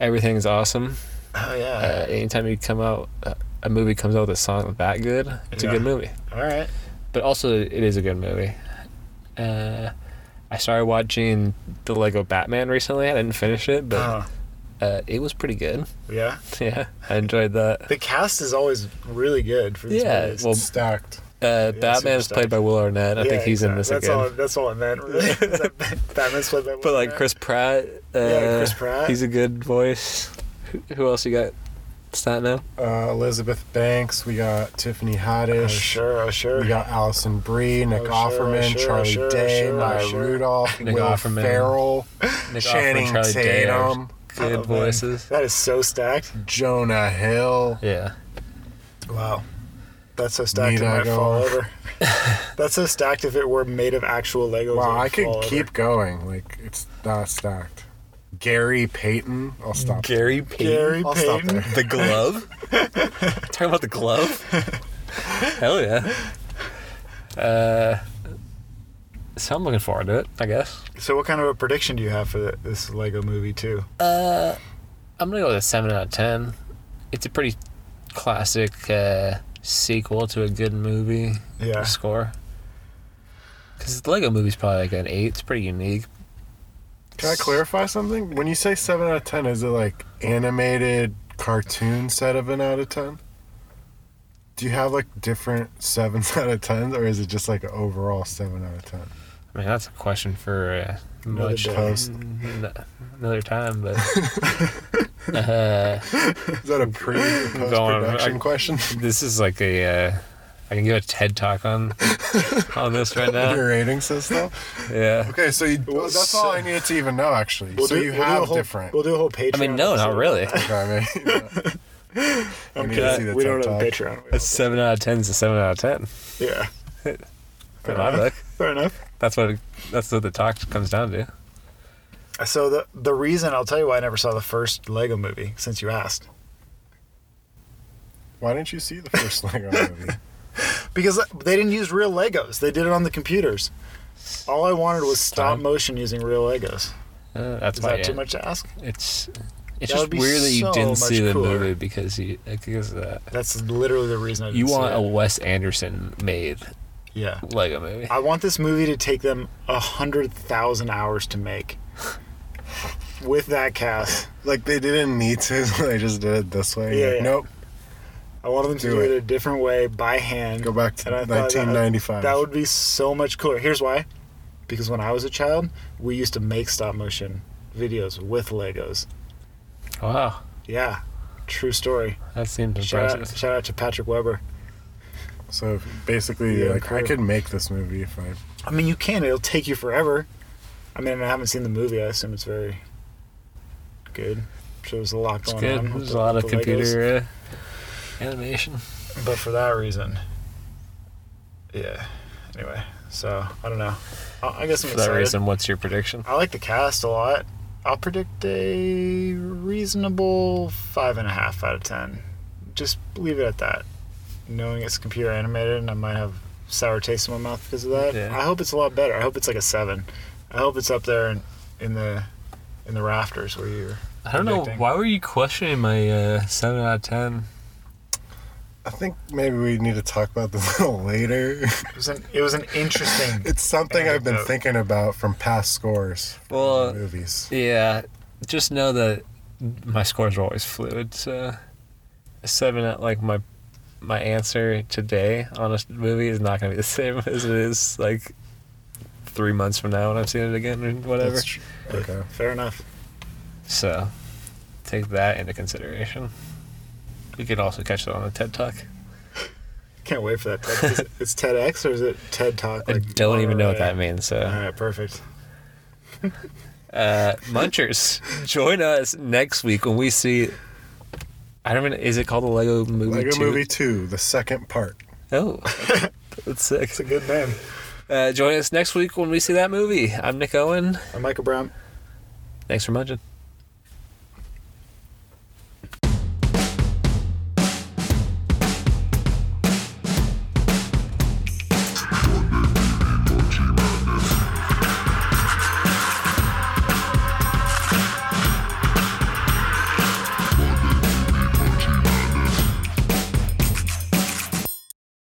Speaker 1: "Everything's Awesome."
Speaker 3: Oh yeah.
Speaker 1: Uh, anytime you come out, uh, a movie comes out with a song that good, it's
Speaker 3: Yeah.
Speaker 1: a good movie.
Speaker 3: All right.
Speaker 1: But also, it is a good movie. Uh, I started watching the Lego Batman recently. I didn't finish it, but
Speaker 3: Uh,
Speaker 1: uh, it was pretty good. (laughs)
Speaker 3: yeah.
Speaker 1: Yeah, I enjoyed that. Uh,
Speaker 3: The cast is always really good for these
Speaker 1: Yeah,
Speaker 3: movies.
Speaker 1: well,
Speaker 2: Stacked.
Speaker 1: Uh, Batman is
Speaker 3: superstar.
Speaker 1: played by Will Arnett. I
Speaker 3: Yeah,
Speaker 1: think he's in
Speaker 3: exactly.
Speaker 1: this
Speaker 3: that's
Speaker 1: again.
Speaker 3: All, that's all I meant, really. (laughs) Is that Batman's played by
Speaker 1: But
Speaker 3: Will
Speaker 1: like
Speaker 3: Arnett?
Speaker 1: Chris Pratt, uh,
Speaker 3: Yeah, Chris Pratt.
Speaker 1: he's a good voice. Who- Who else you got? Stat now?
Speaker 2: Uh, Elizabeth Banks. We got Tiffany Haddish.
Speaker 3: Oh, sure, oh, sure.
Speaker 2: We got Allison Brie, Nick
Speaker 3: Oh, sure,
Speaker 2: Offerman,
Speaker 3: sure,
Speaker 2: Charlie
Speaker 3: sure,
Speaker 2: Day,
Speaker 3: sure,
Speaker 2: Maya
Speaker 3: sure.
Speaker 2: Rudolph,
Speaker 1: Nick
Speaker 2: Will
Speaker 1: Offerman.
Speaker 2: Ferrell,
Speaker 1: Nick
Speaker 2: Channing Tatum,
Speaker 1: Good
Speaker 3: Oh, man.
Speaker 1: voices.
Speaker 3: That is so stacked.
Speaker 2: Jonah Hill.
Speaker 1: Yeah.
Speaker 3: Wow. That's so stacked
Speaker 2: Need
Speaker 3: it
Speaker 2: I
Speaker 3: might
Speaker 2: go
Speaker 3: fall
Speaker 2: on?
Speaker 3: (laughs) over. That's so stacked if it were made of actual Legos. it
Speaker 2: Wow,
Speaker 3: would
Speaker 2: I could
Speaker 3: fall over.
Speaker 2: keep going. Like it's not stacked. Gary Payton. I'll stop.
Speaker 1: Gary Payton.
Speaker 3: Gary
Speaker 2: I'll stop
Speaker 3: Payton.
Speaker 2: there.
Speaker 1: The glove? Talking about the glove? Hell yeah. Uh, so I'm looking forward to it, I guess.
Speaker 3: So, what kind of a prediction do you have for the, this Lego movie too?
Speaker 1: I'm gonna go with a seven out of ten. It's a pretty classic uh, sequel to a good movie
Speaker 3: Yeah.
Speaker 1: score. Because the Lego movie's probably like an eight. It's pretty unique.
Speaker 2: Can I clarify something? When you say seven out of ten, is it like animated cartoon seven out of ten? Do you have like different sevens (laughs) out of tens, or is it just like an overall seven out of ten?
Speaker 1: I mean, that's a question for uh,
Speaker 3: Another
Speaker 1: much
Speaker 3: day.
Speaker 2: Post.
Speaker 1: n- another time,
Speaker 3: (laughs)
Speaker 1: but uh,
Speaker 2: Is that a pre post
Speaker 1: I-
Speaker 2: (laughs) production question?
Speaker 1: this is like a. Uh, I can give a TED talk
Speaker 3: (laughs)
Speaker 1: on on this right now.
Speaker 2: Your rating system.
Speaker 1: Yeah.
Speaker 2: Okay, so you,
Speaker 3: Well,
Speaker 2: that's
Speaker 3: so-
Speaker 2: all I needed to even know, actually. so you
Speaker 3: do a
Speaker 2: have
Speaker 3: whole,
Speaker 2: different.
Speaker 3: We'll do a whole Patreon.
Speaker 1: I mean, no, not
Speaker 3: episode.
Speaker 1: really.
Speaker 2: (laughs) Okay, I mean, (laughs) you know, I need to
Speaker 1: kidding.
Speaker 2: see the
Speaker 3: we don't
Speaker 2: TED
Speaker 3: have a
Speaker 2: Talk.
Speaker 3: Patreon. We
Speaker 1: A seven out of ten is a seven out of ten.
Speaker 3: don't- yeah,
Speaker 1: In my book,
Speaker 3: fair enough.
Speaker 1: that's what that's what the talk comes down to.
Speaker 3: So the the reason I'll tell you why I never saw the first Lego movie since you asked
Speaker 2: Why didn't you see the first Lego movie?
Speaker 3: because they didn't use real Legos. They did it on the computers. All I wanted was stop
Speaker 1: Time.
Speaker 3: motion using real Legos.
Speaker 1: Uh, that's
Speaker 3: Is
Speaker 1: why
Speaker 3: that
Speaker 1: yeah,
Speaker 3: too much to ask?
Speaker 1: It's it's
Speaker 3: That
Speaker 1: just
Speaker 3: would be
Speaker 1: weird that you
Speaker 3: so
Speaker 1: didn't see
Speaker 3: much
Speaker 1: the
Speaker 3: cooler.
Speaker 1: movie because you because uh,
Speaker 3: That's literally the reason I didn't
Speaker 1: you
Speaker 3: see
Speaker 1: want a
Speaker 3: it.
Speaker 1: Wes Anderson made
Speaker 3: yeah.
Speaker 1: Lego movie.
Speaker 3: I want this movie to take them a hundred thousand hours to make. With that cast,
Speaker 2: (laughs) like they didn't need to. (laughs) so They just did it this way.
Speaker 3: Yeah, yeah.
Speaker 2: Nope.
Speaker 3: I wanted them to
Speaker 2: Do
Speaker 3: do it.
Speaker 2: it.
Speaker 3: a different way by hand.
Speaker 2: Go back to
Speaker 3: And I thought that-
Speaker 2: 1995.
Speaker 3: That would be so much cooler. Here's why. Because when I was a child, we used to make stop motion videos with Legos.
Speaker 1: Wow,
Speaker 3: Yeah. True story.
Speaker 1: that seems
Speaker 3: Shout out,
Speaker 1: impressive.
Speaker 3: shout out to Patrick Weber.
Speaker 2: So basically,
Speaker 3: Yeah,
Speaker 2: like I
Speaker 3: cool.
Speaker 2: could make this movie if I.
Speaker 3: I mean, you can. It'll take you forever. I mean, I haven't seen the movie. I assume it's very good. I'm sure there's a lot
Speaker 1: It's
Speaker 3: going
Speaker 1: good.
Speaker 3: on. with
Speaker 1: There's a
Speaker 3: the-
Speaker 1: lot
Speaker 3: with
Speaker 1: of
Speaker 3: the Legos.
Speaker 1: computer uh, (laughs) animation.
Speaker 3: But for that reason, yeah. Anyway, so I don't know. I, I guess I'm
Speaker 1: For
Speaker 3: excited.
Speaker 1: that reason, what's your prediction?
Speaker 3: I like the cast a lot. I'll predict a reasonable five and a half out of ten. Just leave it at that. Knowing it's computer animated, and I might have sour taste in my mouth because of that.
Speaker 1: Yeah.
Speaker 3: I hope it's a lot better. I hope it's like a seven. I hope it's up there in, in the in the rafters where you're.
Speaker 1: I don't know.
Speaker 3: Predicting.
Speaker 1: Why were you questioning my uh, seven out of ten?
Speaker 2: I think maybe we need to talk about this (laughs) a little later.
Speaker 3: It was an it was an
Speaker 1: (laughs)
Speaker 3: interesting.
Speaker 2: It's something I've been
Speaker 3: Anecdote.
Speaker 2: thinking about from past scores. from
Speaker 1: Well,
Speaker 2: movies.
Speaker 1: Yeah, just know that my scores are always fluid. So a seven out like my my answer today on a movie is not going to be the (laughs) same as it is like three months from now when I've seen it again or whatever.
Speaker 2: That's tr- Okay.
Speaker 3: Fair enough.
Speaker 1: So take that into consideration. You could also catch that on a TED Talk.
Speaker 3: Can't wait for that. TED. Is it- it's TEDx or is it TED Talk?
Speaker 1: I
Speaker 3: like
Speaker 1: don't even know what
Speaker 3: Monterey?
Speaker 1: that means. So.
Speaker 3: All right, perfect.
Speaker 1: uh, Munchers, (laughs) join us next week when we see. I don't even. Is it called the Lego Movie?
Speaker 2: Lego
Speaker 1: 2?
Speaker 2: Movie Two, the second part.
Speaker 1: Oh, that's sick.
Speaker 3: (laughs) It's a good name.
Speaker 1: Uh, join us next week when we see that movie. I'm Nick Owen.
Speaker 3: I'm Michael Brown.
Speaker 1: Thanks for munching.